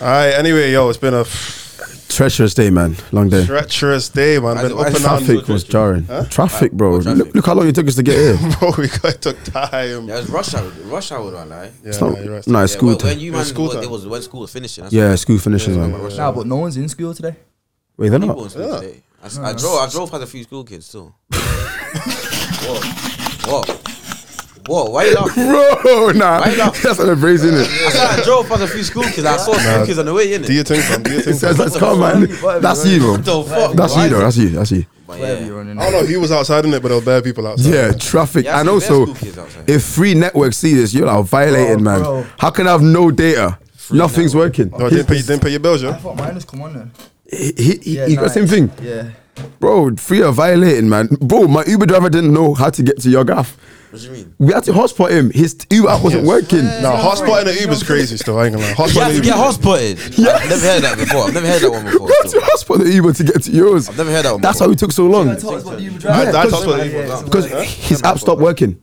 All right. Anyway, yo, it's been a Treacherous day, man. Long day. treacherous day, man. Been Why- why up and down, Traffic was jarring. Traffic, bro. traffic? Look, look how long it took us to get here. bro. We got took time. Yeah, Yeah, it's rush hour. Rush hour, man. Like. Yeah. It's nah, not, you're right. no, it's when- school. when, time. you Yeah, man, school was- time. it was when school was finishing. That's yeah, school finishes, man. yeah. Nah, but no one's in school today. Wait, they're People in not. school today. I, s- I drove. I drove past a few school kids too. Whoa, whoa, whoa! Why you laughing? Bro, nah. Why not? That's not a brace, innit? I said I drove past a few school kids. I saw school kids on the way in. Do you think, man? Do you It think? says man? that's calm, man. That's you, bro. the fuck? That's you, Why is though. it- That's you. That's you. But Wherever yeah. Oh, you're running. I don't know. He was outside in it, but there were bare people outside. Yeah, traffic. Yeah, I and see also, best school kids outside. if free networks see this, you're like violated, Bro, man. bro. How can I have no data? Nothing's working. Oh, No, didn't pay. Didn't pay your bills, I yeah. thought mine was come on then. He, he, he, Yeah, he got the nice. same thing. Yeah. Bro, free are violating, man. Bro, my Uber driver didn't know how to get to your gaff. What do you mean? We had to hotspot him. His Uber app wasn't working. No, hotspot in the Uber's crazy still. I ain't gonna lie. You Hotspot have in to the get Uber. hospitted. I've never heard that before. I've never heard that one before. We had to hotspot the Uber to get to yours. I've never heard that one. That's before. how it took so long. I, I Yeah, talked about Yeah, Uber. it's- Because his app stopped working.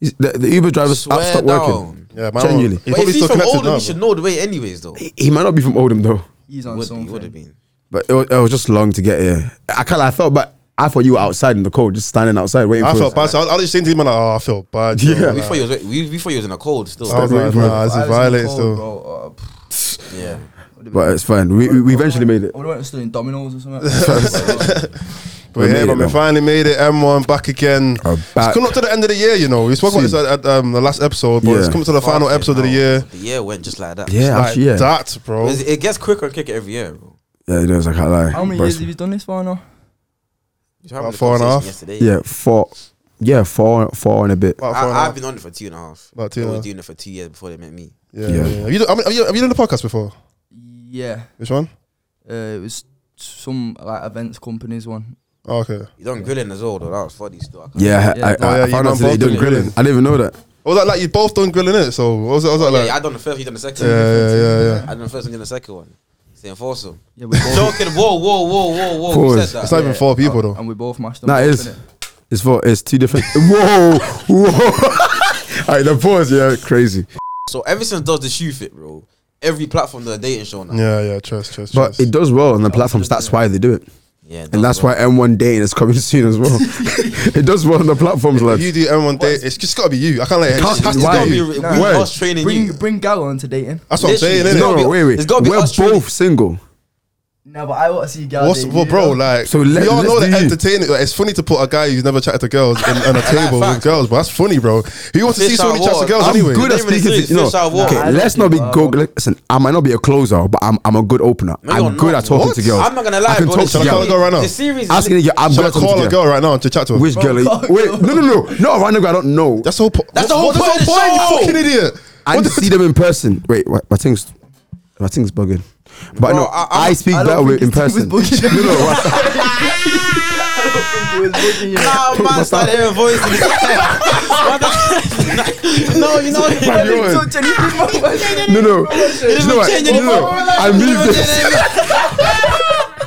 His- The, the Uber driver's app Swear stopped down. working. Yeah, man. Genuinely. He But if probably he's still from connected Oldham, now. he should know the way anyways, though. He- He might not be from Oldham though, He's on Would be, would have something. been. but it was, it was just long to get here. I kind of I felt, but I thought you were outside in the cold, just standing outside waiting I for. felt us. bad. So I, I just seen him and I, oh, I feel bad. Yeah. bro. We thought you was we, we thought you was in a cold still. I was like, nah, this is violated still. Uh, yeah. But it's fine. We, we, we eventually made it. I would have still in Domino's or something. But We yeah, made man, it, we though. finally made it. M1 back again. We're It's back. coming up to the end of the year, you know. We spoke about this at, at um, the last episode, but it's Yeah. coming to the final Fucking episode of the hell. year. The year went just like that. Yeah, Like actually, yeah. that, bro. It's- It gets quicker and quicker every year, bro. yeah, it is. I can't lie. How many Bro, years it's- have you done this for now? We were having About a four and a half? conversation Yesterday. Yeah, four. Yeah, four, four and a bit. About four and a I, I've half. been on it for two and a half. About two They and a were half. doing it for two years before they met me. Yeah, Yeah. yeah. Have you, done- I mean, have you, have you done the podcast before? Yeah. Which one? Uh, it was some like events companies one. Oh, okay. What You done grilling as well, though. That was funny still. I can't- Yeah, I, I, Yeah. Oh, yeah, I you found man out today you both done did grilling. grilling. I didn't even know that. was that like? You both done grilling it, so what was that? What was that Yeah, like? yeah, I done the first, you done the second. Yeah, yeah, yeah, yeah. I done the first, and done the second one. It's enforcer. Yeah, we both, Joking. Whoa, whoa, whoa, whoa, whoa. Who Pause. said It's that? not even four Oh, people though. and we both mashed them. Nah, it both, is. innit? It's four. It's two different. whoa, whoa. All right, the pause. Yeah, crazy. So ever since does the shoe fit, bro. Every platform does a dating show now. Yeah, yeah. Trust, trust, But trust. it does well on the platforms. That's why they do it, Yeah, and that's why M1 dating is coming soon as well. it does well on the platforms, If lads. you do M1 day, it's just gotta be you. I can't let it. Can't- It has to why? be you. we Nah. Word. must train in Bring you. bring Gal on to dating. That's what I'm Literally, saying, it's innit? No, gotta no, be- wait, wait. it's gotta be We're us really- both single. No, but I want to see Gal. What's, date well, you, bro, though. like So we let- all let's know that do you. entertaining. Like, it's funny to put a guy who's never chatted to girls in, on a table with facts. girls, but that's funny, bro. Who wants to Fish see someone out who chats to water. girls I'm anyway? good at Even if speaking it's to no. fish out of water. Nah, Okay, I let's not don't be think go. I will. Listen, I might not be a closer, but I'm I'm a good opener. No, you're I'm good not. at talking What? to girls. I'm not gonna lie, I can bro. talk to the Shall I call series- a girl girls. right now? The series Asking a girl, I'm Should good I at talking call to a girls. girl right now to chat to her? Which girl? are you- Call a Wait, girl. no, no, no, no. Random girl, I don't know. That's the whole. Po- That's the whole what's point of the you show. fucking idiot. I didn't see them in person. Wait, what, my thing's my thing's bugging. But Bro, no, I- I, I'm- speak I better don't with in think his person. No, team is booking. no, what- I don't think it was booking you. Nah, man, start hearing voices. no, you know. I didn't Yo, touch anything, my man. no, no. Didn't You know what? change it. No, no. I You mean didn't this. change anything.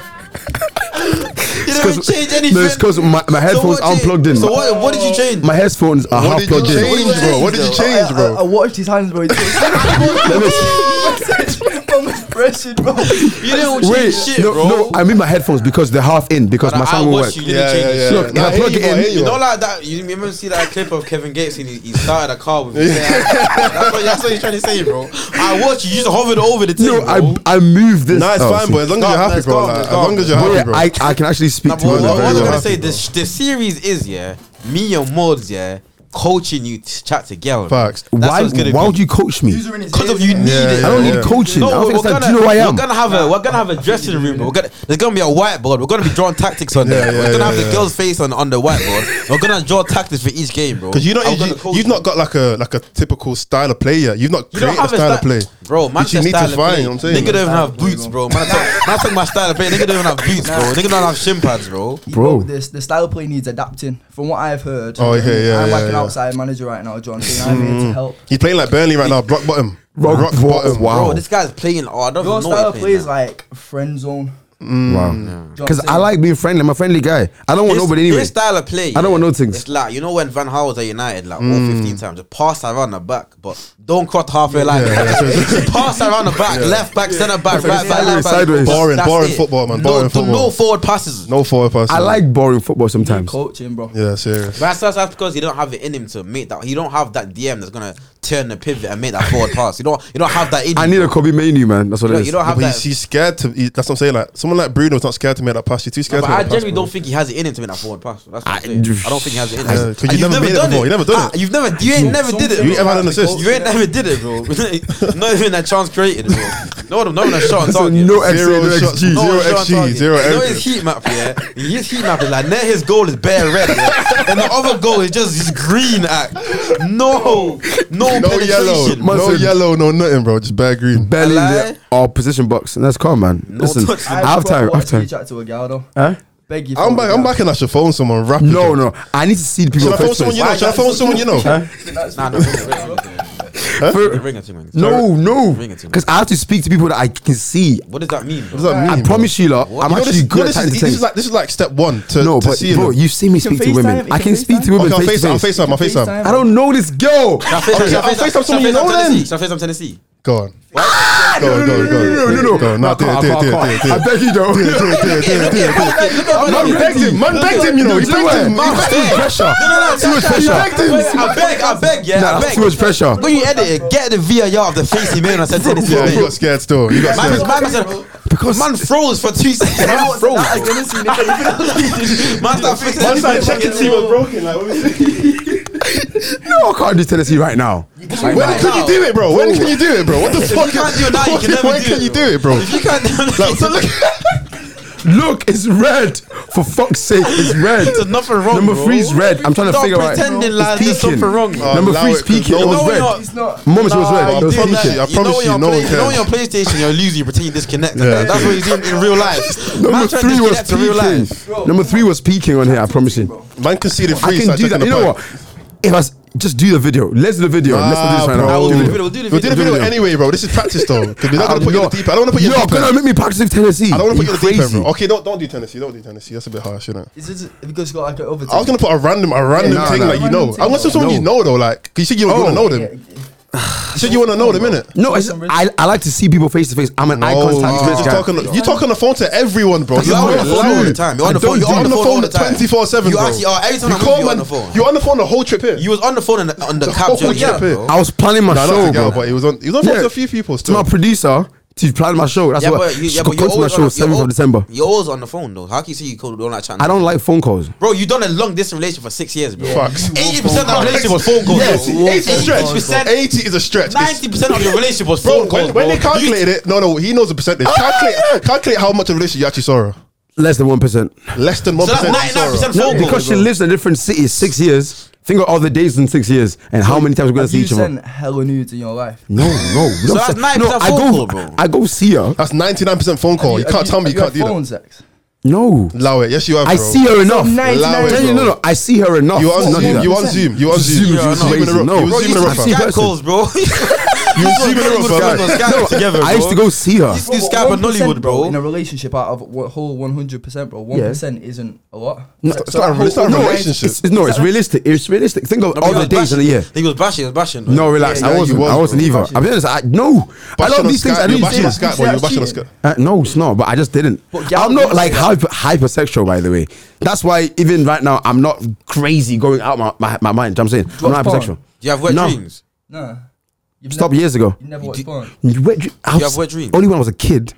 You didn't 'cause- change anything. No, it's because my, my So headphones what aren't change- plugged in. So what? What did you change? My headphones are What half did you plugged in. change, bro? What did you I- change, I, I bro? watched his hands, bro. He Let me see. was pressured, bro. you didn't change Wait, um shit, no, bro. no, I mean my headphones because they're half in because But my I sound will watched work. you, you Yeah, didn't yeah, change yeah. shit. Look, if Nah, I here plug you it are, in- here You are. know, like that. You remember see that clip of Kevin Gates and he, he started a car with. his that's, what, that's what you're trying to say, bro. I watched you. You just hovered over the thing. No, bro. I I move this. Nah, it's oh, fine, see. but as long as you're Stop, happy, let's bro. go, like, let's As go. long as you're Wait, happy, bro. I I can actually speak Nah, to but what, women what, very I'm very well. well. trying to say, this the series is yeah, me and Mods yeah, coaching you to chat to girls. Facts. Why why would you coach me? Because of you need Yeah, it. yeah, I don't yeah. need coaching. I don't we're think it's like, gonna, do you know who I am? We're gonna have a we're gonna have a dressing room. We're gonna there's gonna be a whiteboard. We're gonna be drawing tactics on Yeah, there. yeah, we're gonna yeah, have the yeah. girl's face on on the whiteboard. we're gonna draw tactics for each game, bro. Because you know, I'm gonna you, coach you've you. not got like a like a typical style of play yet. You've not You created a style of play, bro. Man, Which you need to find. you know what I'm saying, nigga don't even Style of have play, boots, bro. Man, I took- man, I took my style of play. Nigga don't even have boots, bro. Nigga don't have shin pads, bro. Bro. Bro, this the style of play needs adapting. From what I've heard, Oh, yeah, yeah, I'm yeah, like an yeah. Mm. outside manager right now, John. So I'm here to help. He's playing like Burnley right now, rock bottom, Rock rock bottom. bottom. Wow. Bro, this guy's playing. Oh, I don't Your even know. style what of he's play playing is now. like friend zone. Wow. Yeah. Do you know what I'm Because I saying? like being friendly. I'm a friendly guy. I don't want This- nobody anyway. This style of play, I don't want no things. Hmm. It's like you know when Van Gaal was at United, like all fifteen times, just pass around the back, but don't cut halfway line. Just pass around the back, left back, centre back, right back, Sideways, left back. sideways. That's Boring, boring it. football, man, No, boring do No football. forward passes. No forward pass. I man. like boring football sometimes. coaching, bro. Yeah, serious. That's, that's, that's because you don't have it in him to make that. You don't have that DM that's gonna turn the pivot and make that forward pass. You don't. You don't have that in. I you. need a Kobe Manu, man. That's what it You don't, is. you don't Yeah, have but that. he's, he's scared to. He, that's what I'm saying. Like someone like Bruno's not scared to make that pass. He's too scared. but to I make that pass, generally bro. don't think he has it in him to make that forward pass. That's what I- I'm saying. I don't think he has it in him. Yeah, 'cause And you've never made it before. You've never done Ah, it. You've never. You ain't never did it. You bro. ever had an assist? You ain't never did it, bro. not even a chance created, bro. No one, no one has shot on So target. no XG, Zero no shots, XG. no one shot on XG, target. zero You know everything. his heat map, yeah. His heat map is like net. His goal is bare red, yeah? and the other goal is just his green act. No, no, No yellow, penetration. no Listen. yellow, no nothing, bro. Just bare green. Barely I in the- our position box, and that's calm, man. Listen, touch. I have time. I have time. Chat to a gal though. Huh? Beg you. I'm back. I'm back in. I should phone someone. Rapid. No, no. I need to see the people. Should I phone first someone place. you know? Should I phone someone you know? Nah, no, For- ring it to me. No, no, Ring it to me. because I have to speak to people that I can see. What does that mean? Bro? What does that mean? I bro? promise you, lot, You I'm know, actually this, no, good at this, time is, to this is things. like this is like step one to No, to but seeing bro, them. you see me can speak to FaceTime, women. you I can can speak to FaceTime. women Okay, I'll face to FaceTime. I'll face. FaceTime. I'll FaceTime. I don't know this girl. Shall I FaceTime- Okay, shall I I'll FaceTime shall I someone you know Tennessee? then. Shall I FaceTime Tennessee? Go on. Go on. Go on. Go No, on. no, no, Go no. on. No, I Nah, do can't, it. I Do it. can't, Do I it. can't. Do I it. beg you, though. Man begged him. Man begged him. You know. He begged him. Man, that's too much pressure. Too much He pressure. begged him. I beg, I beg, yeah, Nah, I that's beg. too much pressure. When you edit it, get the VAR of the face he made when I said Tennessee. Yeah, mate. you got scared still. You got Man, scared. was- man, said, man froze for two seconds. Man froze. man started fixing Man his started fucking checking to see team. what's broken. Like, No, I can't do Tennessee right now. when can you do it, bro? When can you do it, bro? What the If fuck? you can't do it now, you what- can never When do can it, you bro. do it, bro? If you can't, Like, so look, Look, it's red. For fuck's sake, it's red. there's nothing wrong. Number bro. three is red. I'm trying to Stop figure out. pretending It's like there's peaking. something wrong. Oh, Number allow three it, is peaking. no It one- was No, red. It's not. Moment, it was Nah, red. It was I promise peaking. you, I know promise when you, you're no play- one you know when you're cares. on PlayStation, you're losing, you pretend you disconnect. Yeah. That's what you do in real life. Number Man trying to three was disconnect to real life. peaking. Number three was peaking on here. I promise you. Man conceded I free. can do that. You know what? If I s- just do the video, let's do the video. let's not do this right We'll now. do We'll the do the video, we'll do video, the we'll do the video. video anyway, bro. This is practice though. Because we're not going to put you in the deep end. I don't want to put you in Yo, the deep gonna end. make me practice with Tennessee. I don't want to put you in the deep end, crazy. bro. Okay, don't, don't do Tennessee. Don't do Tennessee. That's a bit harsh, isn't it? Is this because got like an overtake? I was going to put a random a random no, thing no. that you know. Random I want thing. someone you know, though. Like, 'cause you said you Oh. want to know them. You said you want to know them, innit? No, it's, I, I like to see people face to face. I'm an eye Oh, No, contact you to this just guy. talk on the- you talk on the phone to everyone, bro. You're That's on what the it phone is. all the time. You're on the I don't phone. You're do You're on the phone all the time. 24 7. You actually are. Every time you I move, call, you're on man, the phone. You're on the phone the whole trip here. You was on the phone on the, on the The cab whole during trip the- here. bro. I was planning my Nah, not show, to girl, bro. but it was on. It was on phone Yeah. to a few people To my still. producer to plan my show. That's Yeah, what. but you, she yeah, could but come to you're my always show on, you're 7th of al- December. You're always on the phone though. How can you say you called on that channel? I don't like phone calls. Bro, you done a long distance relationship for six years, bro. Fucks. Eighty percent of the relationship was phone calls. Yes, 80 is a stretch. percent, 80 is a stretch. It's- ninety percent of your relationship was Bro, phone calls. when, when bro. Ah, they calculated it, no, no, he knows the percentage. Calculate, calculate how much of a relationship you actually saw her. Less than one percent. Less than You- one so percent. that's ninety-nine percent No, phone because calls. she lives in a different city. Six years. Think of all the days in six years and how many times we're gonna Have see you each other. sent hella nudes in your life? No, no. no, So that's no, 9% I phone go. call, bro. I go see her. That's ninety nine percent phone call. You, Have can't tell me you have can't do Phone that. sex. No, Allow it. Yes, you have. I bro. see her enough. Allow it, Tell you, bro. no, no. I see her enough. You on Not do Zoom. that. You on Zoom. You on Zoom, Zoom. Zoom, You Zoom, zooming Zoom. around. No. You Bro, were Zooming you zooming around. used around. I've to seen fam. Skype person. calls, bro. You were zooming around. Skype fam. calls, Skype together, No, I used to bro. go see her. You used to do Skype in 1%, Hollywood, In a bro. relationship out of a whole 100%, bro, 1% isn't a lot. No, It's not a- it's not a relationship. It's, it's, no, it's realistic. It's realistic. Think of all He the was days in a bashing- year. He was bashing. He was bashing. bro. No, relax. Yeah, I yeah, wasn't. you was, I wasn't bro. either. I'm honest. I, no, I Bashing love on these things. Skype, I You're didn't bashing say on that. Skype, boy. You're that's bashing on cheating. Skype. Uh, no, it's not. But I just didn't. But y'all I'm do not that. like hyper, hypersexual, by the way. That's why even right now I'm not crazy going out my my, my mind. You know what I'm saying I'm not Watch porn. hypersexual. Do you have wet No. dreams? Nah. You've Stop never, years ago. you never You watched did- porn. You wet dr- I You was- have wet dreams? Only when I was a kid.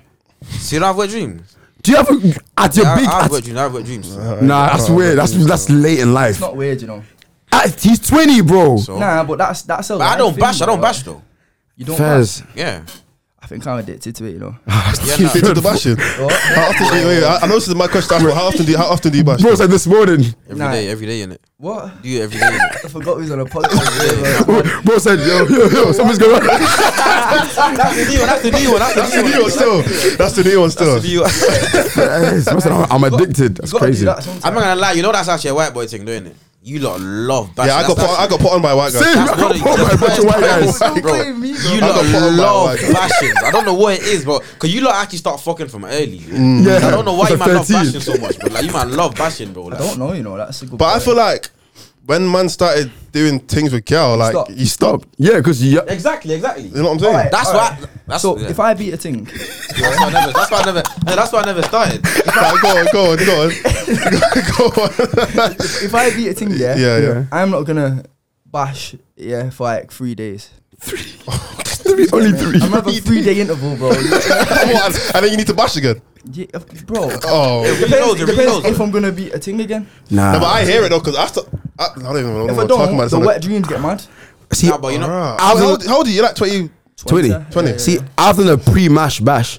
So you don't have wet dreams? Do you have a, at your Yeah, I- big? I at- have wet dreams. I have wet dreams. Uh-huh. nah, that's weird. That's that's late in life. It's not weird, you know. Ah, he's 20, bro. So- Nah, but that's that's a But I life don't thing, bash. I don't bro. bash though. You don't bash. Fairs. Yeah. I think I'm addicted to it, you know. Yeah, They nah. did the bashing. How often? Wait, wait. I I know this is my question. to ask, but How often do you? How often do you bash? Bro, it's like this morning. Every Nah. day, every day in it. what? Do it every day. innit? I forgot who's on a podcast. Bro, bro said, yo, yo, yo, something's going on. That's the new one. That's the new one. That's the new one still. That's the new one still. That's the new one. Yes, I said, I'm, I'm addicted. That's You gotta do crazy. that sometimes. I'm not gonna lie. You know that's actually a white boy thing, doing it. You lot love back. yeah, I got put, I got put on by a white guy. See, I That's got one of- brought by a bunch of white that's guys. one Don't blame me, bro. You I got lot put on by love white guys. bashings. I don't know what it is, but because you lot actually start fucking from early. Mm. Yeah. I don't know why you man love 13. bashing so much, but like you man love bashing, bro. I Like, don't know, you know. That's a good. But I point. feel like when man started doing things with girl, like Stop. he stopped. Yeah, because you. Exactly, exactly. You know what I'm saying? Alright. That's why. That's, so yeah. if I beat a thing, that's why I never. That's why I never. no, That's why I never started. Like, go on, go on, go on, go on. if I beat a thing, yeah, yeah, yeah. I'm not gonna bash, yeah, for like three days. Three, only three. I'm gonna have a three day interval, bro. What? and then you need to bash again. Yeah, of- bro. Oh, no, It really knows, Depends, it it really knows, depends if though. I'm gonna beat a thing again. Nah. but I hear it though because I, st- I, I don't even know If what I I'm talking don't, Oh, about. the Like, wet dreams get mad. See, Nah, but you know, bruh. how, how, how old are you? Like 20? 20. 20. Yeah, yeah, See, yeah. I've done a pre-mash bash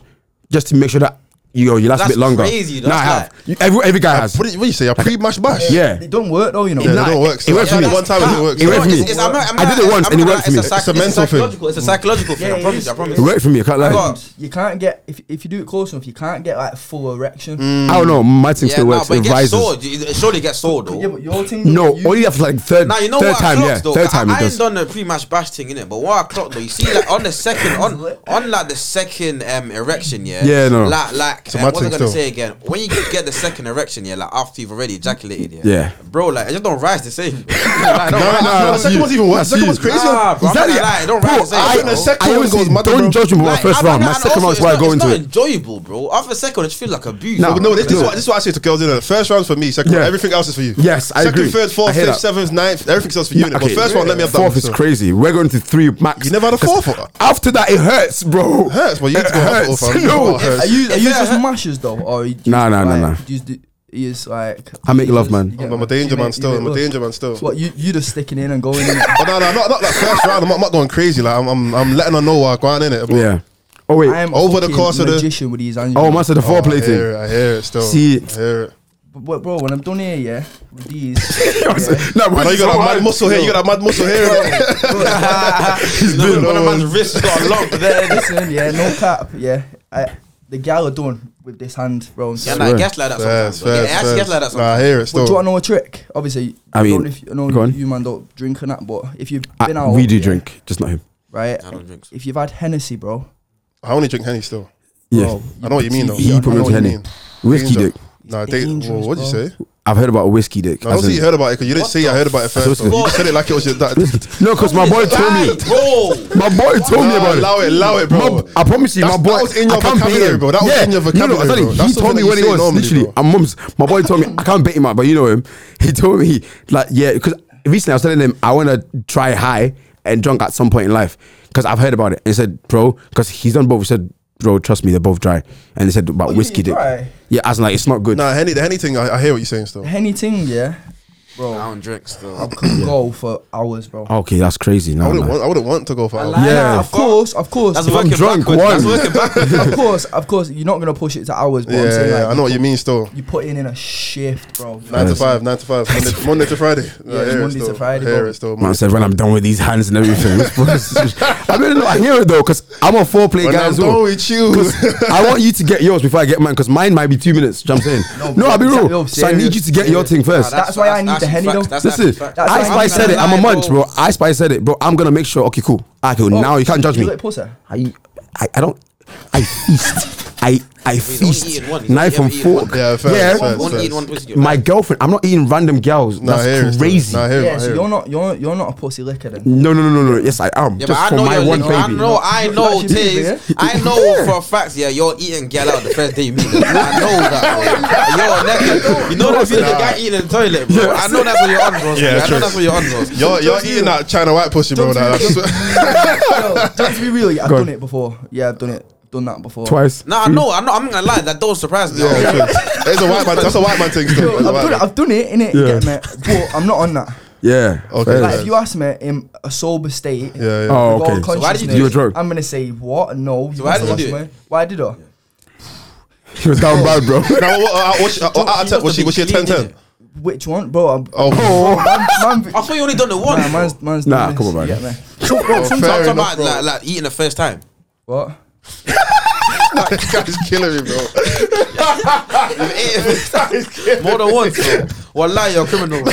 just to make sure that you know, you last a That's bit longer. crazy, Nah, I that's have. You- Every, every guy has. What did, what did you say? A pre-mash bash? Yeah. it don't work though, you know. Yeah, Nah, that don't work. it worked so. for me. One time it didn't work. It so. worked for me. It's- it's- I'm not- I'm I not- did it once I'm and it not- worked for me. psych- It's a mental thing. psychological- It's a psychological thing. Yeah, I it promise. is, you, I it promise. It you. worked for me. I can't lie. I got- You can't get if if you do it close enough, you can't get like full erection. Mm. I don't know. My thing Yeah, still nah, works. but It it gets rises. sold. It surely gets sold though. Yeah, but your thing. No, you, only after like third, Now you know third what time. I clocked Yeah, though. third time I, it I ain't does. done the pre-match bash thing in it, but what I clocked though, you see, like on the second, on on like the second um, erection, yeah, Yeah, no. like like um, mad what was I thing gonna still. say again? When you get the second erection, yeah, like after you've already ejaculated, yeah, Yeah. bro, like it just don't rise the same. Nah, like, nah, nah, don't, the that's second you. one's even worse. The second one's That's you. crazier. Nah, bro, I'm not Exactly. gonna lie, it don't eh. Bro, rise the I- same. the bro. second I one always goes say, mad, bro. Don't judge me by my Like, first I'm not- round. My and second also, round's it's where I not- go it's into not it. Enjoyable, bro. After second, it just feels like abuse. No, But no, this, this, is what, this is what I say to girls. You know, first round's for me. Second, Yeah. round, everything else is for you. Yes, I Second, agree. third, fourth, I hear fifth, that. seventh, ninth, everything else for you. innit? But first round, let me have that. Fourth one, is so. crazy. We're going to three max. You never had a 'Cause fourth? After that, it hurts, bro. Hurts, but you need It to go hospital, hurts. fam. No, It hurts. are you are If you it just hurt- mashes though, or you Nah, nah, nah, nah. He's is like I make you love, just- man. you get I'm a mad. danger You man make- you still. make I'm a love. danger man still. What you you just sticking in and going in? But no, no, not, not like first round. I'm not, I'm not going crazy. Like I'm, I'm, I'm letting her know what I'm going in it. Yeah. Oh wait. I am Over the fucking course of the- magician with these angels. oh, man said the Oh, I foreplay hear thing. it. I hear it still. See- I hear it. But bro, when I'm done here, yeah, with these. No, I man, know you got it's so that hard. mad muscle here. You got that mad muscle here. innit? He's been- one of man's wrists got long. Yeah, listen, yeah, no cap, yeah. I, the gal are done with this hand, bro. I'm Yeah, sorry. nah, it gets like that sometimes. Facts, bro. Yeah, it facts, actually gets like that facts. Nah, I sometimes. hear it But still. do you want to know a trick? Obviously, I I mean, mean, if you know go on. you man don't drink and that, but if you've I- been out, Ah, we do yeah, drink, just not him. right? I don't drink. If you've had Hennessy, bro, I only drink Henny still. Yeah. bro, I know what you mean though. He I know put me what onto you Henny. mean. Whiskey Danger. dick. Nah, they, Dangerous, whoa, what'd you bro. say? I've heard about whiskey dick. No, I don't as in- see you heard about it because you didn't say I heard about it first. That's though. what- You just said it like it was your dad. No, because my boy told me. Right, bro. My boy told me Nah, about allow it. it, allow it, bro. My, I promise you, That's- my boy. that was in your I can't bait vocabulary, him. bro. That was in your No, no, I'm vocabulary, telling you, bro. That's he told something me that when you it say was. normally, literally, bro. I'm mum's. My boy told me I can't bait him out, but you know him. He told me like yeah, because recently I was telling him I want to try high and drunk at some point in life because I've heard about it. And he said, bro, because he's done both. He said, bro, trust me, they're both dry. And he said about you whiskey think dick. it's dry? Yeah, as in, like it's not good. Nah, Henny, the Henny thing, I, I hear what you're saying still. Henny ting, yeah, bro. I don't drink still. could go for hours, bro. Okay, that's crazy. I No, wouldn't no. want, I wouldn't want to go for hours. like- Oh, Yeah. of course, of course, That's If I'm working drunk, backwards. That's one. working backwards. of course, of course. You're not gonna push it to hours, but Yeah, I'm saying, yeah, I like, know what you mean still. You put in in a shift, bro. Nine to Yes. five, nine to five, Monday, Monday to Friday. Yeah, I hear it Monday to still. Friday, I hear bro. it still. Man said, when I'm done with these hands and everything, I really know. I hear it though, because I'm a foreplay When guy I'm as well. done with you. 'Cause I want you to get yours before I get mine, because mine might be two minutes. Do you know what I'm saying? No, I'll be real. yo, so I need serious, you to get your serious. thing first. Nah, that's why I need the actually Henny, facts. though. That's Listen, actually facts. that's I actually Spy facts. said it. I'm a Lie, munch, bro. I Spy said it, bro. I'm gonna make sure. Okay, cool. Okay, cool. now you can't judge you me. like pulsar? Are you- I, I don't. I feast. I I feast. eating one. He's Knife only and ever eating fork. one. Yeah, fair, fair, One fair. eating, one pussy. My girlfriend. I'm not eating random girls. Nah, I hear it That's still. crazy. Nah, I hear it, I Yeah, hear so it. you're not you're you're not a pussy licker then. No, no, no, no, no. Yes, I am. Yeah, but just I for know my you're one licking- baby. I know, I know, Like, she's Tiz. leaving, I know for a fact, yeah, you're eating gal out the first day you meet them. I know that. Bro. You're naked. You know that feeling the guy eating in the toilet, bro. I know that's what you're on, bro. Yeah, I true. know that's what you're on, bro. You're, you're eating that China white pussy, bro. Nah, that's, Yo, don't be real. I've Go on. done it before. Yeah, I've done it. Done that before. Twice. No, I know, I know, I'm not gonna lie, that don't surprise me. yeah, true. It's a white man. That's a white man thing Yo, still. It's a I've white done it. man. I've done it. Innit? You Yeah. get me? But I'm not on that. Yeah. Okay. fair. Like if you ask me in a sober state. Yeah, yeah. Oh, with all okay. why did you consciousness, do it? You were drunk. I'm gonna say what? No. you why must did you ask do it? me. Why did I? He was down bad, bro. Now, what, uh, what's, uh, She out of must 10, was have she, was she a been 10 10? cleaning Which one, bro? I'm, Oh, man, man, I thought you only done the one. nah, man's, man's Nah, doing come on, this, man. you get me? So, bro, Oh, sometimes- fair Talk enough, about bro. like, like eating the first time. What? Nah, back. guy's killing me, bro. More than once. bro. Wallahi, you're a criminal. bro.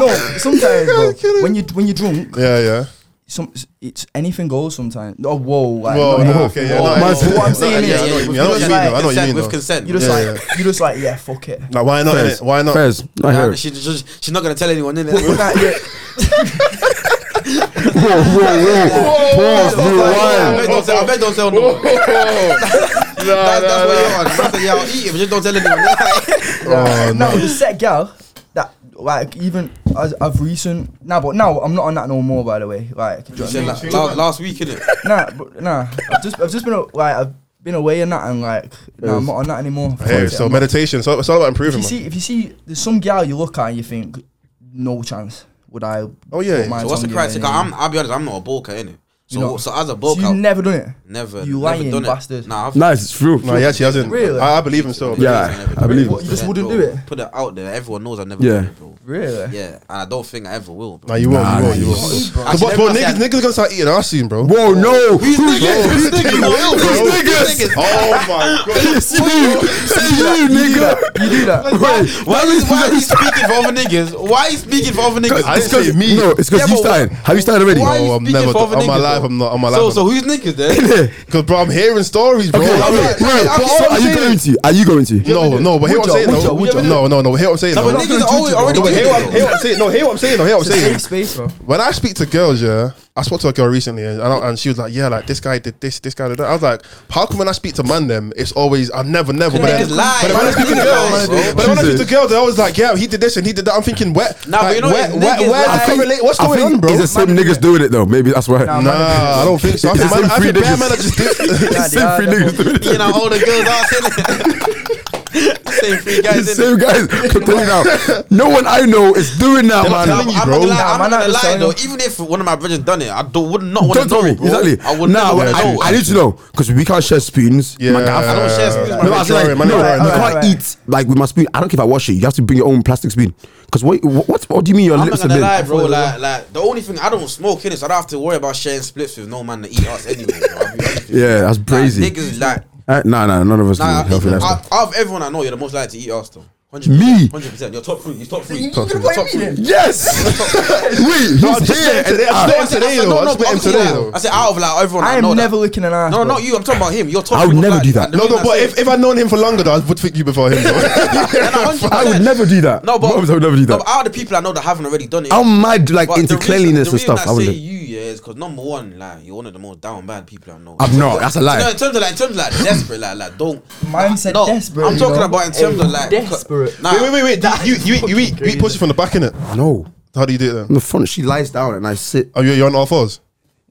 no, sometimes bro, when you when you're drunk, Yeah, yeah. some it's anything goes sometimes. Oh whoa, like, Whoa, no, nah, no, okay, yeah, whoa. nah, But it's- what I'm it's not- saying yeah, I know what is, you mean, I you're know what you just mean, though, I know like, what you mean, With though. consent. you're just Yeah, like, you're just like, yeah, fuck it. Like, why not? Fez. innit? Why not? Fez, I hear Nah, it. she, she, she's not gonna tell anyone, innit? But that- yeah, Whoa, whoa, whoa. Pause, I bet rewind. don't tell. I bet don't tell no. one. that's, that's what you're on. That's what you're on. Eat it, but just don't tell anyone. Oh, no. no, the set gal that like even as of recent now, but now I'm not on that no more. By the way, like do you know You what I said like, mean? last, last week, innit? nah, but, nah. I've just I've just been a- like I've been away and that and like nah, I'm not on that anymore. Fuck Hey, it, so I'm not- meditation. So it's all about if improving. you man. see if you see there's some gal you look at and you think no chance would I. Oh, yeah. put my So what's the tongue in her criteria? name?" 'Cause I'm, I'll be honest, I'm not a bulker, innit? So, You're not. so as a So bulker, you've never done it. never, never you lying done bastard. it. Nah, I've Nah, it's true. No, he actually hasn't. Really? I, I believe him still. Yeah. I believe What, you just wouldn't bro, do it? Put it out there. Everyone knows I've never Yeah. done it, bro. Really? Yeah, and I don't think I ever will, bro. Nah, you won't. Nah, you nah, won't. You you won't. won't. So, Bro, But, actually, but everyone niggas, said- niggas gonna start eating our scene, bro. Oh, Whoa, no. Who's Who's niggas? Who's niggas? Oh my god. It's you. It's you, nigga. You do that. Wait, Why, is, why is he speaking for other niggas? Why is he speaking for other niggas? I didn't say me. No, it's because Yeah, you but started. Have you started already? Why No, you I'm speaking never for done- other on my niggas, life, though? I'm not- on my life, So, I'm so who's niggas then? Because bro, I'm hearing stories, bro. Okay, I'm not- wait, wait, I'm but just are you saying- going to? Are you going to? No, no, but hear what I'm saying. Would you, though. would you, would you? No, no, no. Hear what I'm saying. No, though. but niggas are always already No, but doing hear what it. hear what I'm saying. No, hear what I'm saying. No, hear what I'm saying. Safe space, bro. When I speak to girls, yeah, I spoke to a girl recently, and, I, and she was like, "Yeah, like this guy did this, this guy did that." I was like, "How come when I speak to man them, it's always I've never, never." But then, Niggas lie. but then when I speak to Niggas girls, lie, but then when I speak to Jesus. girls, they're always like, "Yeah, he did this and he did that." I'm thinking, where, Nah, but like, you know where, what? where, Niggas where's lie. the correlate? What's I going think on, bro? It's the same Man, niggas doing it though. Maybe that's why. Nah, Nah, man, I don't think so. I It's think, the man, same I three think bare niggas. man are just did. Nah, It's the same they three are, niggas doing it. You know, all the girls are saying Same three guys It's the same in guys. Continue now. No one I know is doing that, not man. telling you, I'm bro. not gonna lie, Nah, I'm man, not I gonna lie understand. though. Even if one of my brothers done it, I do, would not want to Don't know. tell me. bro. Exactly. I would Nah, not want to I know. I need to know because we can't share spoons. Yeah, My gaff. I don't share spoons, man. No, I was like, Drawing, man, no, drawing, you man. can't Alright, eat like with my spoon. I don't care if I wash it. You have to bring your own plastic spoon. Because what, what, what, do you mean your I'm not lips are gonna big? lie, bro. Like, like the only thing I don't smoke in is I don't have to worry about sharing splits with no man to eat us anyway. Bro. I'll be honest with you. Yeah, that's Like, crazy. niggas like Uh, nah, nah, none of us nah. nah, I healthy think lifestyle. out out of everyone I know, you're the most likely to eat us though. 100%, Me? Hundred percent. You're top three. You're top three. You're gonna You're blame me then? Yes. Wait, No, I just he's here. said today. and- I ah, said today, though. I no, just met him obviously, today, like, though. I said out of like everyone I, I know. am that- never licking an ass. No, bro. not you. I'm talking about him. You're top. I would three, most never do likely. that. And the No, reason no, I but say- if, if I'd known him for longer, though, I would think you before him. Though. I would never do that. No, but Moms, I would never do no, that. but out of the people I know that haven't already done it. I'm mad, like But into the reason- cleanliness the and reason stuff. I I say wouldn't. you, yeah, is because number one, like you're one of the most down bad people I know. I'm not. That's a No, lie. in terms of like, in terms of like desperate, like, like don't. Mine said No, desperate. I'm you talking know? about in terms Hey, of like desperate. Nah, wait, wait, wait, wait. You, you, you, eat, you eat pussy from the back, innit? No, How do you do it on then? the front, she lies down and I sit. Oh, you're, you're on all fours?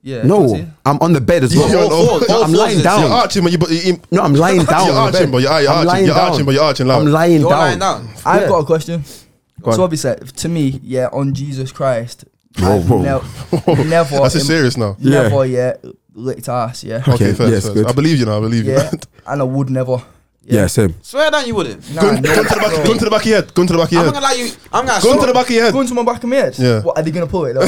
Yeah. No, see? I'm on the bed as You're on well. all fours. No, I'm lying You're You're down. arching, man. You, but you, you, No, I'm lying down. You're on the arching, bed. bro. You're- you're I'm arching. lying You're down. arching, but you're arching loud. I'm lying You're down. lying down. I've Yeah. got a question. on. so obviously, to me, yeah, on Jesus Christ, Whoa, I've whoa. ne- never, That's it in- serious now. Yeah. Oh, never yet licked ass, yeah, Okay, Okay, first, yes, first. good. I believe you now. I believe you. yeah, and I would never. Yeah, same. Swear down, you wouldn't. Nah, Go no, in- go into the back. Go into the back of your head. Go into the back of your I'm not head. gonna lie, you. I'm gonna. Go so- into the back of your head. Going to my back of my head. Yeah. What are they gonna pull it though?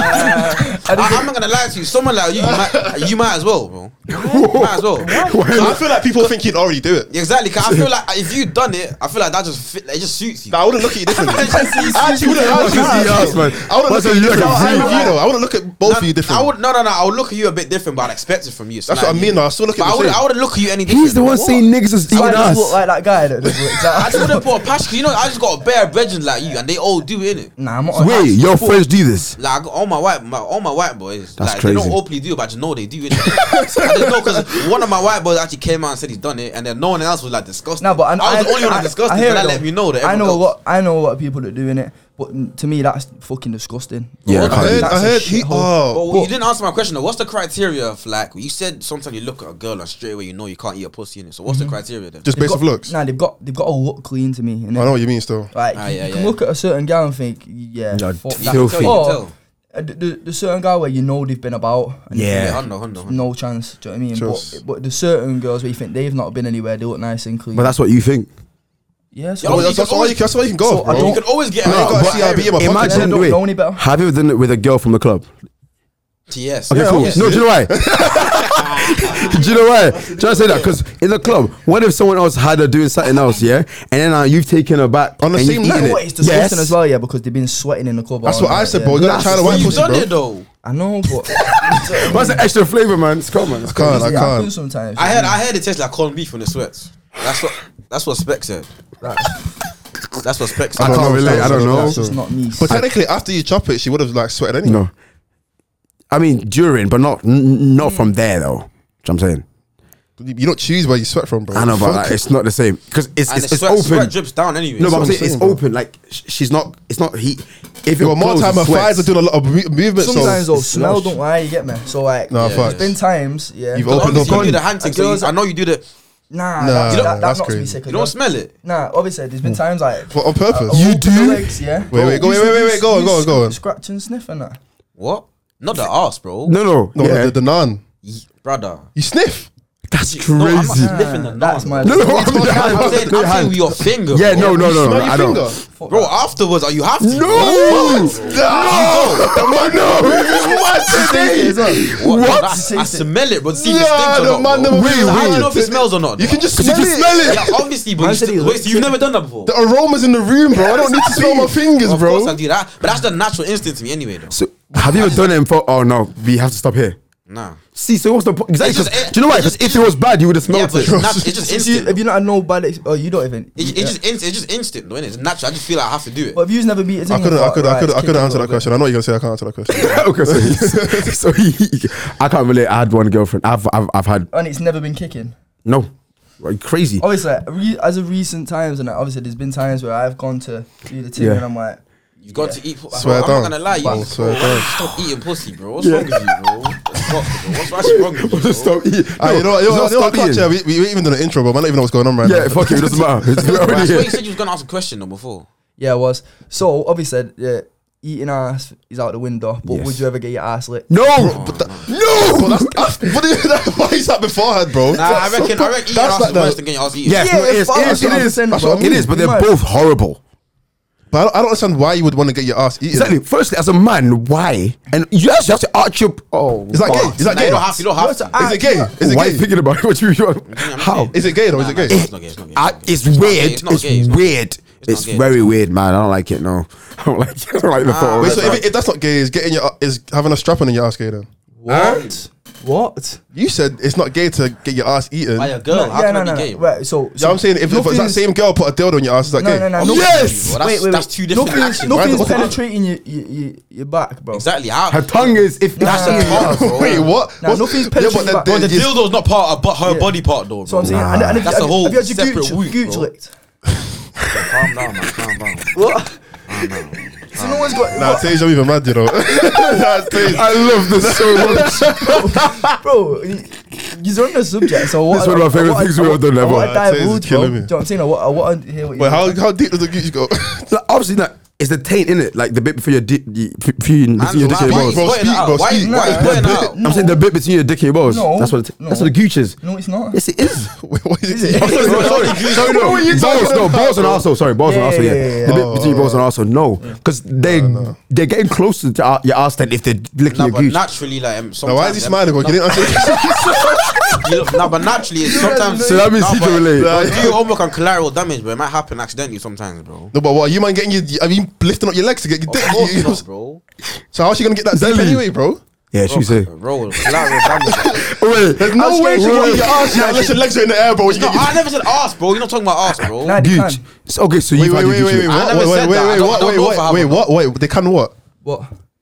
I, I'm not gonna lie to you. Someone like you, you might, you might as well, bro. You might as well. I feel like people think you'd already do it. Exactly, cause I feel like if you done it, I feel like that just fit, it just suits you. Nah, I wouldn't look at you differently. It just suits you. I actually wouldn't What's actually- your ass, man? I wouldn't look What's at you your differently. ass? I agree with you, though. I wouldn't look at both of you I differently. would no no no. I would look at you a bit different, but I'd expect it from you. So That's what I mean, though. I still look at but the I wouldn't, same. I wouldn't look at you any different. He's the one What? saying niggas is So eating I just ass. look like that guy that just licked I ass. just wouldn't put a patch. 'cause You know, I just got a bare brethren like you, and they all do it. Innit? Nah, I'm not. Wait, your friends do this. Like I got all my white, my, all my white boys. That's like, They don't crazy. openly do, it, but I just know they do it. I just know because one of my white boys actually came out and said he's done it, and then no one else was like disgusted. No, but I, I was the only one that discussed it. hear so That it let though. me know that I know everyone a else- lot. I know a lot of people that are doing it, but mm, to me, that's fucking disgusting. Yeah, I heard. That's I a heard. He. shithole. Oh. But you didn't answer my question. Though. What's the criteria of like you said? Sometimes you look at a girl and straight away you know you can't eat a pussy in it. So what's Mm-hmm. the criteria then? Just They've based off got- looks. I Nah, they've got they've got to look clean to me. innit? know what you mean still. Like Ah, you, yeah, you can yeah. look at a certain guy and think, yeah, Yeah, fuck d- that. filthy. You can Or, tell. uh, the, the, the certain guy where you know they've been about. And you Yeah. Hundo, hundo, think, hundo. No chance. Do you know what I mean? Trust. But, but the certain girls where you think they've not been anywhere, they look nice and clean. But that's what you think. yeah. Yo, So Oh, you that's, can that's all always- you, that's all you can go. So off, I bro. You don't- can always get No, you out. got CRB in my pocket. I Imagine, don't wait, know any better. have you ever done it with a girl from the club? Yes. Okay, Yeah, cool. yes. No, do you know why? do do you know why? Trying to say that because in the club, what if someone else had her doing something else, yeah, and then uh, you've taken her back On the and same you've eaten level. it. What, it's disgusting Yes. as well, yeah, because they've been sweating in the club. That's all what I night, said, yeah. bro. You gotta try the white You've pussy, done bro. it though. I know, but What's the extra flavor, man? It's cool, man. It's cool. can't, I it happens can't. sometimes. I heard I heard it tastes like corned beef when it sweats. That's what that's what Spec said. That's what Spec said. I don't can't know, relate. I don't so- know. It's just not me. But technically, after you chop it, she would have like sweated anyway. No, I mean during, but not n- not Mm. from there though. Do you know what I'm saying? You don't choose where you sweat from, bro. I know, but Fuck like, it. it's not the same because it's And it's, the it's sweat, sweat open. drips down anyway. No, but So I'm what saying I'm it's saying, bro. open. Like sh- she's not. It's not heat. If Yo, you're but more time, her thighs are doing a lot of mo- movement. Sometimes so though, smell don't lie. You get me? So like, Nah, there's facts. been times, yeah. You've But opened obviously up. you do the hand thing, so you, I know you do the. Nah, Nah, that, you that, don't- that that's knocks me crazy. sick. You don't again. smell it. Nah, obviously there's been times like For, on purpose. I You walk in do? The legs, yeah. Wait, wait, go- wait, wait, wait, wait, go on, go on, go on. Scratch and sniff and that. What? Not the ass, bro. No, no, no, yeah. the, the naan. Ye- brother. You sniff. that's No, I'm not crazy. sniffing the naan. That's my. No, no, I'm I'm, saying- I'm saying, I'm saying with your finger. Yeah, bro. no, no, no, no, Smell your I don't. finger. Bro, afterwards, are you have to? No, no, no. What? What? I, I smell it, but see, Yeah, distinct the or not, man bro. never Wait, smelled How do you it. know if it smells or not? You can just smell, you it. smell it. Yeah, obviously, but Man you said he still, was wait, so you've never done that before. The aromas in the room, bro. I don't need to smell my fingers, of bro. course I do that, but that's the natural instinct to me anyway, though. So, have you ever done it in for? Oh no, we have to stop here. Nah. See, so what's the point? Exactly. just- 'cause- do you know why? it Because just- if it was bad, you would have Yeah, smelled but it's, it. nat- it's just If you, instinct. if you not know about it, oh, you don't even. It's, it's just instinct. It's just instinct, though, innit? It's natural. I just feel like I have to do it. But if you've never beat a I thing could, I apart, could, right, I could, I it's could kicking answer a that little bit. question. I know you're gonna say I can't answer that question. okay, so, so he, I can't relate. I had one girlfriend. I've, I've, I've had And it's never been kicking. no, like, crazy. Oh, Obviously, like, re- as of recent times, and like, obviously, there's been times where I've gone to do the thing, Yeah. and I'm like, You've got to eat. Swear I'm down. not gonna lie, you Bro, need to swear bro, down. stop eating pussy, bro. What's wrong with you, bro? Stop, bro. What's actually wrong with you? Bro? Just stop eating. Ah, you know, what, you know, No, what, you know what, stop I can't eating. share. We, we ain't even done an intro, bro. I don't even know what's going on right Yeah, now. fuck it. It doesn't matter. It's Bro, I already swear you here. said you was gonna ask a question though before. yeah, it was. So obviously, yeah, eating ass is out the window. But Yes. would you ever get your ass licked? No, no. Bro, that's, that's, what do you, that, why is that beforehand, bro? Nah, I reckon. I reckon E eating That's ass like is the- worse than getting ass eaten. Yes, Yeah, no, it is. fuck, It that's is. what It I'm is. saying, That's what I It is. But mean. they're Mad. both horrible. But I don't, I don't understand why you would want to get your ass eaten. Exactly. Firstly, as a man, why? And you actually have to arch your. Oh, Is that gay? fuck. Is that Nah, you gay? don't have. You don't have. What's to. the- Is it gay? Is Why are you it gay? thinking about it? What you, you how? Is it gay though? Is it Nah, nah, gay? It's not gay. It's not gay. I, it's it's not gay, weird. it's not It's gay, it's not gay. weird. It's not It's gay, Ah. it's very weird, man. I don't like it. No, I don't like. I don't like the thought. of Wait, it, so man. if, if that's not gay, is getting your is having a strap on in your ass gay then? What? What? You said it's not gay to get your ass eaten. By Yeah, a girl. No, how yeah, can no, I be no, gay? no. Right, so, so I'm saying if, if that nothing's- same girl put a dildo on your ass, is that No, gay? no, no. Oh, no- yes! Well, that's- that's two different Nothing's, actions. nothing's Why the- penetrating your, your, your, your back, bro. Exactly. How? her tongue is if Nah, that's nah, it. nah, nah. bro. oh, Wait, what? Nah, What's- nothing's yeah, but penetrating that- back. Bro, that- The just- dildo's not part of, but her Yeah. body part though. Bro. So I'm saying, Nah. and, and if, That's have, a whole have you had your separate gooch, week, gooch bro. licked? calm down, man. Calm down. What? so no one's got. Nah, Tage, I'm even mad, you know. nah, Tage. I love this so much. bro, y- you're on the subject, so what? That's one of my favourite what- things we've what- ever done ever. What Nah, a dive Taze is rude, bro. killing Do me. you know what I'm saying? I want, I want to hear what Wait, you how, how deep does the gooch go? Like, obviously, not. It's the taint in it, like the bit before your dick, you- between your dick and your dick and your balls. Man, why why you Bro, speak, pointing that out? bro, Why you speak. why you Nah. pointing Bro, that out? I'm saying the bit between your dick and your balls. No, that's what. It, no. That's what the gooch is. No, it's not. Yes, it is. Wait, what is Is it? it? sorry, Sorry, sorry, sorry, no. What are you talking balls, no, about, balls and arsehole. Sorry, balls Yeah, and arsehole. Yeah, yeah, yeah, Oh. the bit yeah. between balls and arsehole. No, because they they're getting closer to our, your arse than if they're licking Nah, your but gooch. naturally, like, um, Now, sometimes. um, why is he smiling, bro? Can you answer You know, nah, but naturally, it's sometimes. So that means nah, he can but- relate. but Do your homework on collateral damage, but it might happen accidentally sometimes, bro. No, but what? You man getting your, I mean, lifting up your legs to get your Of dick. course You- not, bro. So how's she gonna get that Zelly. dick anyway, bro? Yeah, Bro, she said. bro, collateral damage. There's no way she can get your ass now unless your legs are in the air, bro. No, I never said ass, bro. You're not talking about ass, bro. Nah, they Gooch. can. So- Okay, so Wait, you've wait, had wait, your wait, gooch. wait, licked. I what? never Wait, wait, said wait, that. I wait, don't- I what? don't Wait, know if wait, I have wait, or what? Wait, they can what? What?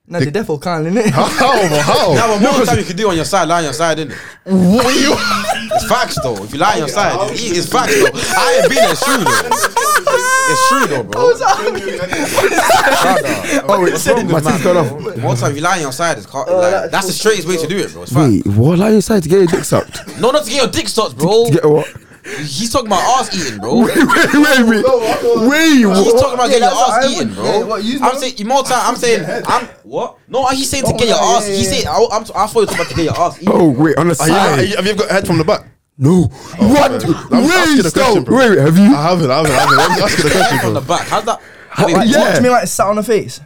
Nah, they definitely can, innit? How? How? Nah, How? but more of the time you can do it on your side, lie on your side, innit? What are you? It's facts though. If you lie on your side, it's, it's facts though. I ain't been it's true though. It's true though, bro. Oh, wait, What's wrong my with teeth got man? Bro? off. More time you lie on your side is ca- like, that's, that's the straightest way to do it, bro. It's fine. Wait, what? Lie inside to get your dick sucked. No, not to get your dick sucked, bro. To get what? He's talking about ass eating, bro. Wait, wait, wait, wait. Wait, He's what? talking about getting your Yeah, that's what ass I eaten, would- bro. yeah, what, you I'm know? saying more time. I'm saying I'm what? No, he's saying to Oh, get your yeah, ass. He yeah, said I, I'm, I thought you were talking about to get your ass eaten. Oh, wait, on the Are you- are side. you- Have you got head from the back? Oh, No. What? I'm just asking Wait, a question, stop. bro. Wait, have I Uh, haven't. you? I haven't. I haven't. I'm asking a question, Head on the bro. back. How's that? How- Wait, yeah. what? What do you mean, like sat on her face?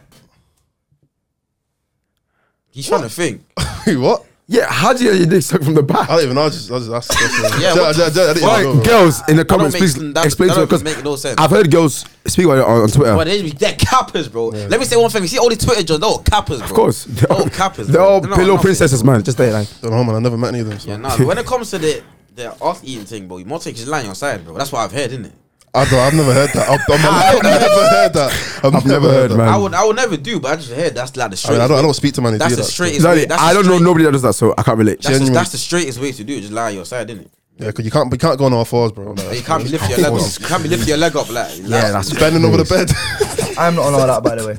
He's trying to think. Wait, what? Yeah, how do you get your dick sucked from the back? Uh, I don't even know. I just, I just asked. Yeah, yeah, what I, I, I, I didn't Why, even know. girls in the comments, make- please that- explain that to me don't because make no sense. I've heard girls speak about it on, on Twitter. But they they're cappers, bro. Let me say one thing. You see all these Twitter Johns, they're all cappers, bro. of course, They're all cappers. They're bro. all not pillow nothing. princesses, man. Just there, like Don't know, man. I never met any of them. So. Yeah, nah, but when it comes to the the off eating thing, bro, you more take his line your side, bro. That's what I've heard, innit? I don't, I've never heard that. I've, I've, I've never heard that. I've, never never heard heard, that. man. I would I would never do, but I just heard that's I, like the mean, straightest. I don't. I way. don't speak to man. who that's do the that. straightest. Exactly. way. That's the I don't know straight- nobody that does that, so I can't relate. That's the, Genuinely. that's the straightest way to do it. Just lie on your side, innit? Yeah, because you can't. You can't go on all fours, bro. Like, Like, you can't be lifting your leg up. You can't be lifting your leg up like. Yeah, that's- bending over the bed. I'm not allowed that, by the way.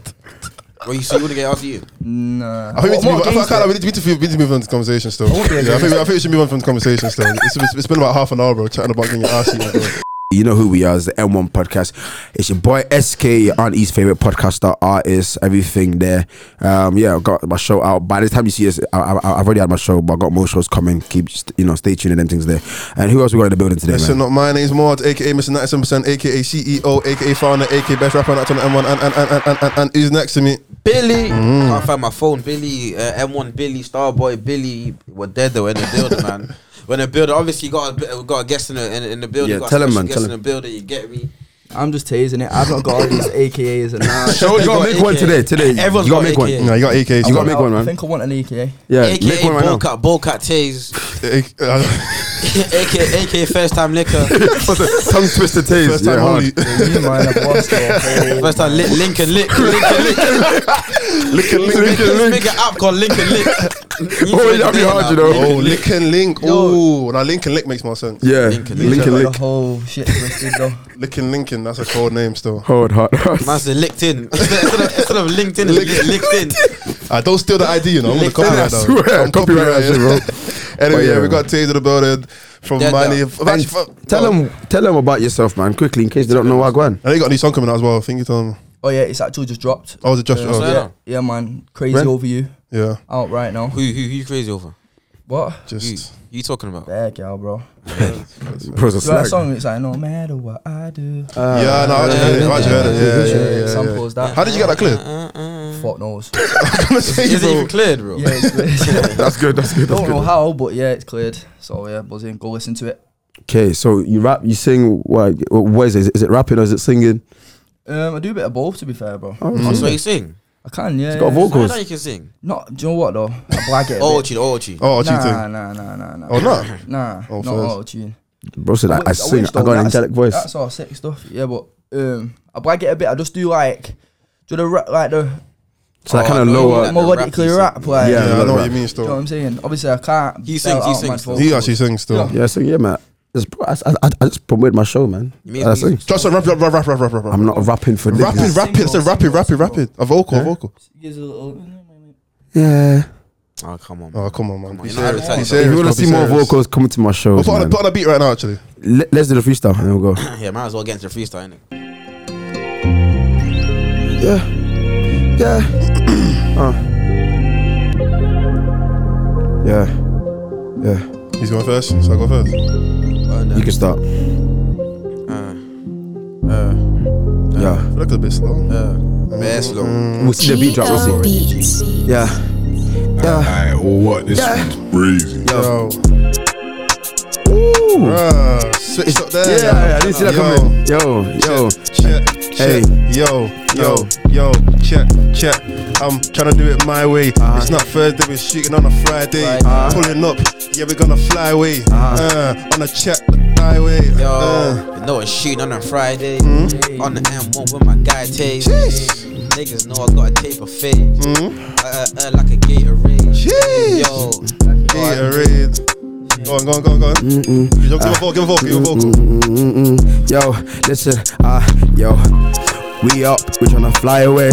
Bro, you see, you wanna get after you. Nah. I think we need to What- move. what I games can't. lie, there? We need to, we need to- we need to move on to conversation still. Yeah, I Okay, think okay. we- I think we should move on from the conversation still. It's, it's, it's been about half an hour, bro, chatting about getting your ass eaten. Bro. You know who we are, it's the M1 podcast. It's your boy SK, your auntie's favorite podcaster, artist, everything there. Um, yeah, I've got my show out. By the time you see this, I, I, I've already had my show, but I've got more shows coming. Keep, st- you know, stay tuned and them things there. And who else we got in the building today, Listen man? up, my name's Maud, aka Mr. 97%, aka CEO, aka founder, aka best rapper on that on M1, and, and, and, and, and, and, and who's next to me? Billy, Mm. can't find my phone. Billy, uh, M1 Billy, Starboy Billy, were dead though in the building, man. When the building, obviously, you got a, got a guest in the in, in the building. Yeah, got a tell him, special man, Guest tell in him. the building, you get me. I'm just tasing it. I've not got all these AKAs and nah. Show, you gotta got make one AK. today. Today, Everyone's you gotta got make AK. one. No, you got AKs. You gotta make I- one, I man. think I want an E AKA. Yeah, make AKA one right now. Bowcat, Bowcat Taze, AK, uh, AKA, AKA First Time Liquor, Tongue twister taste. first time yeah, hard. only. You mind a boss, bro. First Time Lick, Link and Lick, Link and Lick. Lick and link. Link and Let's Lick. make an app called Link and Lick. Oh, that'd be hard, you know. Oh, lick and link. Oh, now link and lick makes more sense. Yeah, Link and link and Got link. The whole shit twisted though. Lick and linkin, that's a code name still. Hard, hard, hard. Man's licked in instead of, instead of LinkedIn, it's licked in. Uh, don't steal the ID, you know. I'm gonna Lick copyright I that. swear, I'm copyright that copyrighted. shit, bro. anyway, But yeah, yeah, we got Taze of the building from Yeah, Manny. yeah. Actually, And fuck- Tell no. them, tell them about yourself, man, quickly, in case they don't know what Gwan. I know you got a new song coming out as well. I think you told me. Oh yeah, it's actually just dropped. Oh, was it Josh? Yeah, oh, so- Yeah, yeah, man. Crazy When? over you. yeah, Out right now. Who, who, who you crazy over? What? Who, who just. you talking about? There, girl, bro. Bro's a So slag. that song, it's like no matter what I do. Uh, yeah, no, I actually heard it. I actually heard it. Yeah, yeah, yeah, yeah, Samples that. How did you get that clear? Fuck knows. Uh, Is it even cleared, bro? yeah, it's cleared. That's good. That's good. That's Don't know good. how, but yeah, it's cleared. So yeah, buzzing. Go listen to it. Okay, so you rap, you sing. What? What is it? Is it rapping or is it singing? Um, I do a bit of both, to be fair, bro. Oh, Oh, so you sing? I can, yeah. It's got yeah. vocal. I Vocals. know you can sing. Not, do you know what though? I blag it. A Oh, bit. cheat, oh, cheat. Oh, Nah, cheating. nah, nah, nah, nah. Oh, no. Nah, Oh, first. not auto tune. Bro said I, I sing. I got an angelic voice. That's all sick stuff. Yeah, but um, I blag it a bit. I just do like, do the rap, like the So that Oh, kind I of know you lower. like- melodically rap, rap, like. Yeah, Yeah, I know yeah. what you mean You know what still. I'm saying? Obviously, I can't. He sings, belt he out sings mad still. He vocals. actually sings still. Yeah. Yeah, I sing. Yeah, man. Just, bro, I, I, I just promoted my show, man. You mean I it's sing. music? Josh, rap, rap, rap, rap, rap, rap, rap. I'm not rapping for Rapping, niggas. rapping, it's a rapping, rapping, rapping. A vocal, a vocal. Gives a little. Yeah. Oh, come on. Oh, come on, man. Be you're serious. not advertising. Be If serious, If you bro, be want to see more serious. vocals, come to my show. We'll Put on, a- put on a beat right now, actually. Let, us do the freestyle and then we'll go. Yeah, might as well get into freestyle, innit? Yeah. Yeah. uh. Yeah. Yeah. He's going first. So I go first. You can start. Yeah. Look a bit slow. Best Uh, slow. Mm. We'll see the beat drop. We'll see. Beats. Yeah. Yeah. Alright, well, what? This Yeah. is crazy. Yo, Ooh. bruh, switch up there. Yeah, yeah, I didn't see that Yo, coming. Yo, yo. Check, check, Hey. yo, yo, yo, check, check. I'm trying to do it my way. Uh-huh. It's not Thursday, we're shooting on a Friday. Pulling up, yeah, we're gonna fly away. Uh-huh. Uh, on a check highway. Yo, Uh, you know it's shooting on a Friday. Mm. On the M1 with my guy Taze. Niggas know I got a tape of fade. Uh, uh, uh, like a Gatorade. Mm. Jeez. Yo, Gatorade. Go on, go on, go on, go on. Yo, Give a vocal, give a vocal, give a vocal. Mm-mm-mm. Yo, listen, ah, yo. We up, we tryna fly away.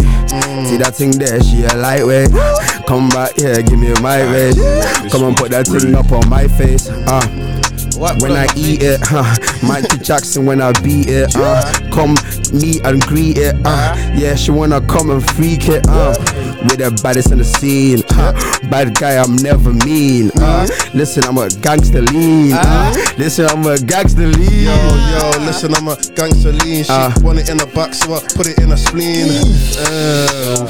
See that thing there, she a lightweight. Come back here, give me my way. Come and put that thing up on my face. Ah, what when I eat it, huh? Michael Jackson when I beat it, uh. Come meet and greet it, uh. Yeah, she wanna come and freak it, uh. With the baddest in the scene, uh. Bad guy, I'm never mean, uh. Listen, I'm a gangster lean, uh. Listen, I'm a gangster lead. Yo, yo, listen, I'm a gangster lean. She Ah. want it in her back, so I put it in her spleen. Uh,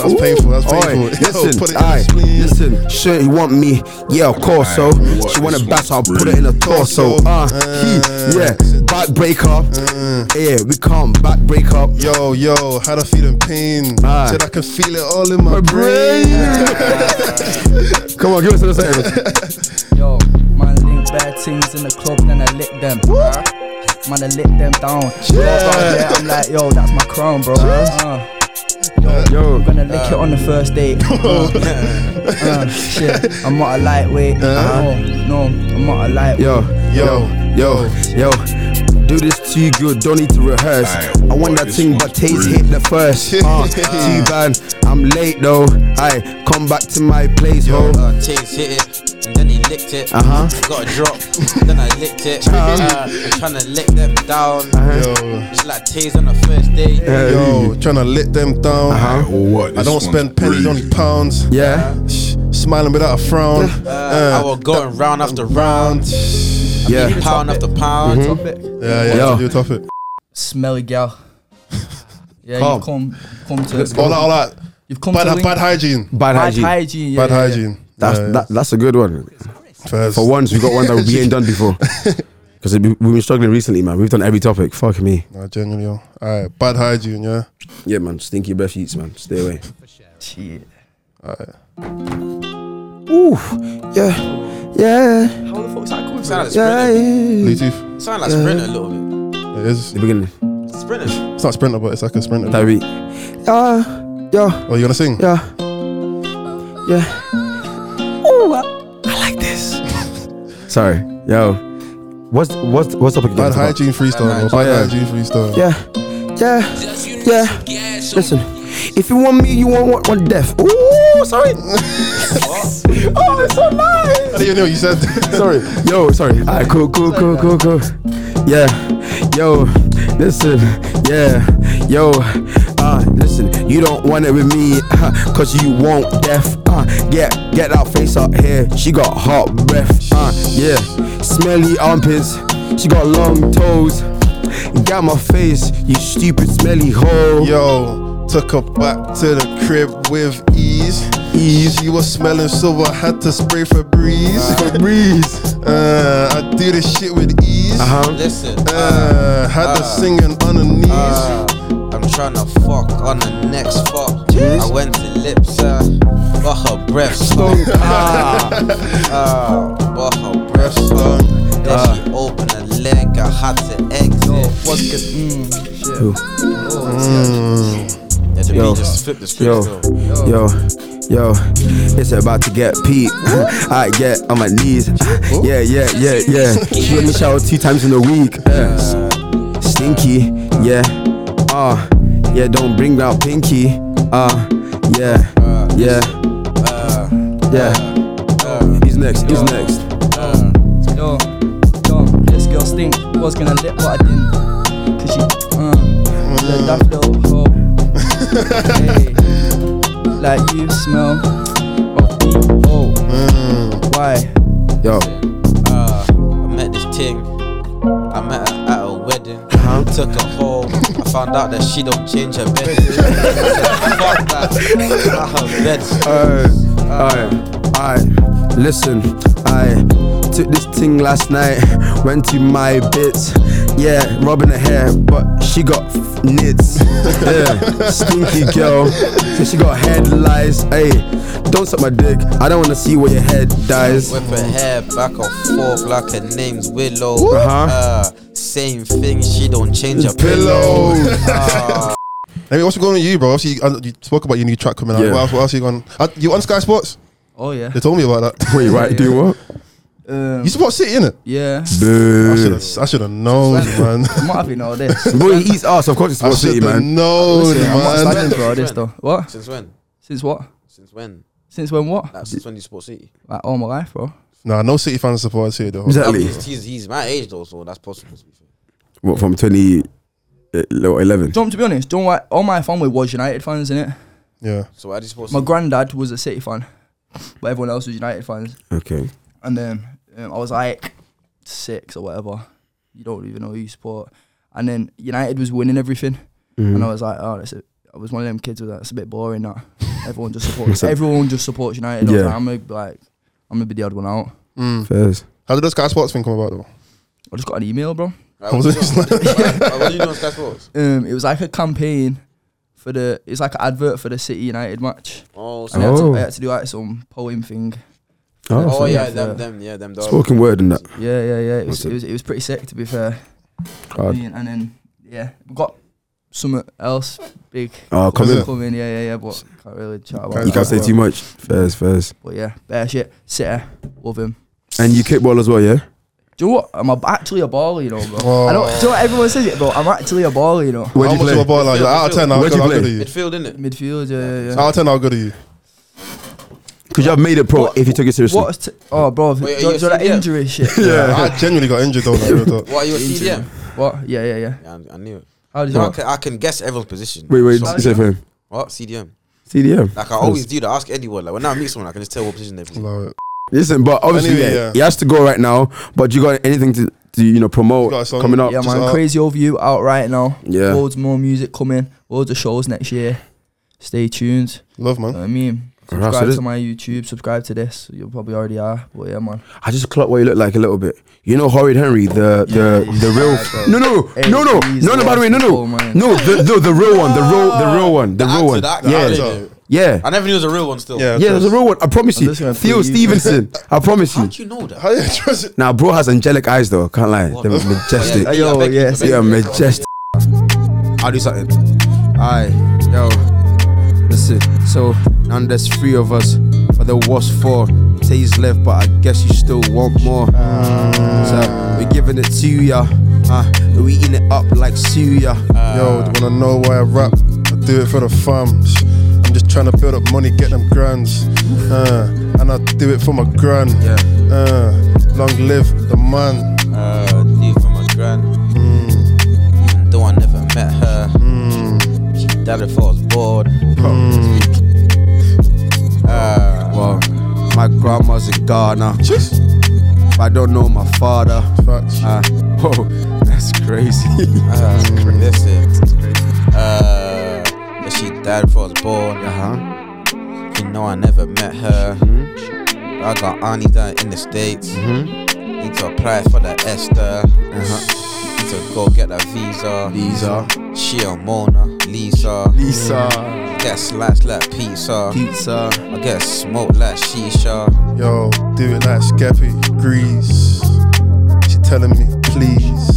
that's painful, that's Oi, painful. Yo, listen, put it in her aye, spleen. listen. Sure, you want me? Yeah, of course. so she want a bass, so I'll put it in a torso. Torso. Uh, Uh, he, yeah, back break up. Yeah, we can't back break up. Yo, yo, had a feeling pain. Aye. Said I can feel it all in my, brain. Come on, give us another sentence. Yo, man, link bad things in the club, then I lick them. Man, I lick them down. Yeah. I'm like, yo, that's my crown, bro. Uh, Yo, I'm gonna lick it Um, on the first date. Uh, shit, I'm not a lightweight. Uh, No, no, I'm not a lightweight. yo. Uh, Yo, Yo, yo, do this too good, don't need to rehearse. I want that thing, but Taze hit the first. Uh, too bad, I'm late though. I come back to my place, ho. Uh, Taze hit it, and then he licked it. Uh-huh. Got a drop, then I licked it. Uh, Uh-huh. I'm trying to lick them down. yo, It's like Taze on the first day. yo, trying to let them down. Uh-huh. What? I don't spend pennies, only pounds. Yeah, Shh, Smiling without a frown. Uh, I was going round after round, yeah. pound after pound. Topic. Yeah, yeah, Yo. it's a new topic. Smelly gal. Yeah, Come. you've come, come to. All that, all that. You've come to. Bad, link- bad hygiene. Bad bad hygiene. hygiene. yeah, Bad yeah, yeah. hygiene. That's Yeah, that, that's a good one. first. For once, we got one that we ain't done before. Because we've been struggling recently, man. We've done every topic. Fuck me. Nah, genuinely, yo. All right, bad hygiene, yeah. Yeah, man. Stinky breath eats, man. Stay away. Shit. Ooh, yeah, yeah, How the fuck's that coming Sound like yeah. yeah. sprinter. Bluetooth. Sound like sprinter a little bit. It is. The beginning. Sprinter. It's not sprinter, but it's like a sprinter. That beat. Yeah, yeah. oh, you gonna sing? Yeah. Yeah. Ooh, I, I like this. Sorry, yo. What's what's what's up again? Bad hygiene freestyle. Bad, Bad bad hygiene. hygiene freestyle. Yeah, yeah, yeah. Listen, if you want me, you want want, want death. Ooh, sorry. oh, it's so nice. I didn't even know you said. Sorry, yo, sorry. Alright, cool, cool, cool, cool, cool. Yeah, yo, listen, yeah, yo. Uh, listen, you don't want it with me, uh, cause you want death. Uh, get, get that face out here. She got hot breath. Uh, yeah, smelly armpits. She got long toes. Get out my face, you stupid smelly hoe. Yo, took her back to the crib with ease. Ease. She was smelling, so I had to spray for breeze. breeze. Uh, I do this shit with ease. Uh-huh. Listen. Uh, had to uh, singing on the knees. Uh, I'm tryna fuck on the next fuck. I went to lips, uh, but her breath stunk. Ah, Uh, but her breath stunk. Then Ah. she opened her leg, I had to exit. What's good? Mm, shit. Ooh. Yeah, the Yo. beat just flipped the script yo, though. yo, yo, it's about to get peak. I get on my knees. Yeah, yeah, yeah, yeah. She let me shower two times in a week. Yeah. Stinky, yeah. Ah, yeah. Don't bring out pinky. Ah, yeah, yeah, yeah. He's next. He's next. Yo, yo, this girl stink. Was gonna lick what I didn't. Cause she, uh, Mm. the daft little hoe. hey, like you smell of B.O. Mm. Why? Yo, Uh, I met this ting. I met her at a wedding. Uh-huh. Took her home. I found out that she don't change her bed. I said, Fuck that. Not her bed. alright, alright, alright. Listen, I took this thing last night. Went to my bits. Yeah, rubbing her hair, but she got f- nits. Yeah, stinky girl. So she got head lice. Hey, don't suck my dick. I don't wanna see where your head dies. Whip her hair back and forth like her name's Willow. Uh-huh. Uh, same thing, she don't change her Pillow. pillow. Uh, I mean, what's going on with you, bro? Obviously, you, uh, you spoke about your new track coming out. Yeah. What else? What else you going? Uh, you on Sky Sports? Oh yeah. They told me about that. Wait, right? Do what? Um, You support City, innit? yeah. I Boo. should have. I should have known, man. I'm not having all this. Boy, he eats ass. Of course, it's I Sport City, should have man. known, Listen, I'm not man. standing for all this though. What? since when? Since what? Since when? Since when what? Like, since when you support City? Like all my life, bro. Nah, no City fans support City though. I mean, Exactly. he's, he's, he's my age though, so that's possible. To be fair. What from 20, uh, 11? Don't to be honest, don't like, all my family was United fans, innit? Yeah. So why do you support My City? granddad was a City fan, but everyone else was United fans. Okay. And then um, I was like, six or whatever. You don't even know who you support. And then United was winning everything, Mm. and I Mm-hmm. was like, oh, that's it. I was one of them kids who was like, it's a bit boring that everyone just supports everyone just supports United. I was Yeah. like, I'm gonna be like, I'm gonna be the odd one out. Fairs. How did the Sky Sports thing come about though? I just got an email, bro. Like, what, Was you it doing? Like, what you doing on Sky Sports? Um, it was like a campaign for the. It's like an advert for the City United match. Oh, And I, had Oh. to, I had to do like some poem thing. Oh, oh fairs. yeah, yeah. them, them, yeah, them. dogs. Spoken word and that. Yeah, yeah, yeah. It What's was, it? it was it was pretty sick to be fair. God. And then yeah, we got something else big Oh, come Was in. it? coming. Yeah, yeah, yeah. But can't really chat about. You that. can't say too much. Fairs, fairs. But yeah, bare shit. Sitter, love him. And you kickball as well, yeah? Do you know what? I'm a, actually a baller, you know, bro. Oh. I don't. Do you know what everyone says it, bro? I'm actually a baller, you know. Where how do you much of play? a baller? You're out of ten. How Where'd good, you how play? good are you? Midfield, innit? Midfield, yeah, yeah. yeah. Out of ten, how good are you? Because you have made it pro if you took it seriously. What's t- oh, bro? do Wait, you are know you do you know that serious? injury shit? Yeah, I genuinely got injured though. Like, real talk. What are you a CDM? What? Yeah, yeah, yeah. Yeah, I, I knew it. How did No, you? I, can, I can guess everyone's position. Wait, wait, So- say for him. What CDM? CDM. Like I always do that. Ask anyone. Like when I meet someone, I can just tell what position they play. Love it. Listen, but obviously, Anyway, yeah, yeah. he has to go right now. But you got anything to, to you know promote You got a song? coming up? Yeah, just man. out. Crazy over you out right now. Yeah. Loads more music coming. Loads of shows next year. Stay tuned. Love, You know man. what I mean, Alright, so subscribe this- to my YouTube. Subscribe to this. You probably already are. But yeah, man. I just clocked what he looked like a little bit. You know, Horrid Henry, the the Yeah, he's the real. bad, bro. No, no, Hey, no, no, he's no, no. By the way, no, awful, no, man. no, the, the the real one, the real, the real one, the The real actor, one. the actor, Yeah, the actor. yeah, I never knew it was a real one. Still. Yeah, yeah. There's a real one. I promise you, just gonna Theo put you- Stevenson. I promise How you. would you know that? How you trust it? Now, bro has angelic eyes though. Can't lie, they're What? majestic. Yeah, Yo, I beg you, yes, I beg Yeah, you. majestic. I'll do something. Aye, yo. Listen, so now there's three of us, but there was four. Tay's left, but I guess you still want more. So we're giving it to ya. Uh, we eating it up like Suya. Yo, they wanna know why I rap? I do it for the fams. I'm just trying to build up money, get them grands. Uh, and I do it for my gran. Yeah. Uh, long live the man. Uh, dude from my grand. Even though I never met her, she died if I was bored. Uh, Well, my grandma's in Ghana. If I don't know my father. Facts. Uh, whoa, that's crazy. uh, listen. Uh, yeah, she died if I was bored. huh. You know I never met her. I got aunties down in the states. Need to apply for the ESTA. Need to go get a Uh-huh. visa. Lisa. She a Mona Lisa. Lisa. Get sliced like pizza. uh. Pizza. I get smoked like shisha. Yo, do it like Skeppy, Grease. She telling me, please.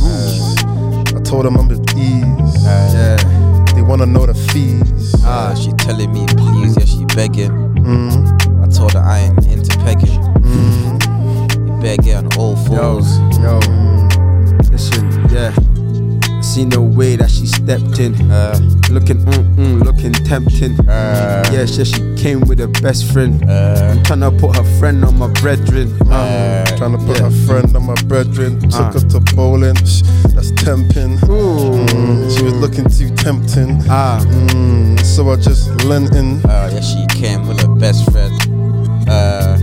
I told them I'm at ease. Yeah. They wanna know the fees. Ah, she telling me please, yeah, she begging. Mm, I told her I ain't into pegging. You begging on all Mm-hmm. Yo, fours. yo, listen, yeah. I Seen the way that she stepped in, Uh, looking, mm, mm, looking tempting. uh, Yeah, she, she came with her best friend. uh, I'm tryna put her friend on my brethren. Um, uh, trying to put Yeah. her friend and my brethren. Took Ah. her to bowling. Shh, That's tempting. Ooh. Mm, she was looking too tempting. Ah, Mm, so I just lent in. Uh, yeah, she came with her best friend. Uh,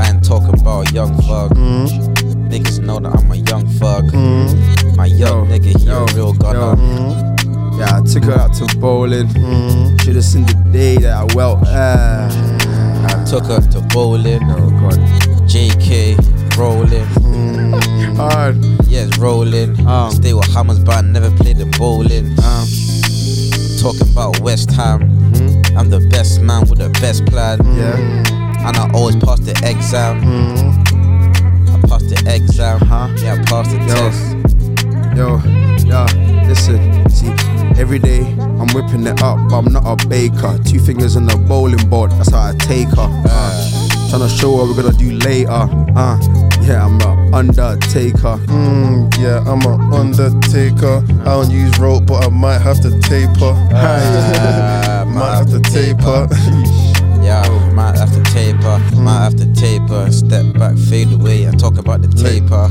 I ain't talking about a young thug. Mm, Mm-hmm. Niggas know that I'm a young thug. mm, My young Yo, nigga, he yo, a real yo. gunner. mm, yeah, I took her out to bowling. mm. Should've seen the day that I well. Uh, I took her to bowling. oh god. JK, rolling. Hard. Yes, rolling. Mm-hmm. Um. Stay with Hammers, but I never played in bowling. Um, Mm-hmm. Talking about West Ham. I'm the best man with the best plan. yeah. And I always pass the exam. I passed the exam. Uh-huh. Yeah, I passed the Yo. test. Yo, yeah, listen, see, every day I'm whipping it up, but I'm not a baker. Two fingers on the bowling board, that's how I take her. Uh, trying to show her we're gonna do later. Uh, yeah, I'm a undertaker. Mm, yeah, I'm an undertaker. I don't use rope, but I might have to taper. Ah, might have to taper. Yeah, might have to taper, might have to taper. Step back, fade away, and talk about the taper.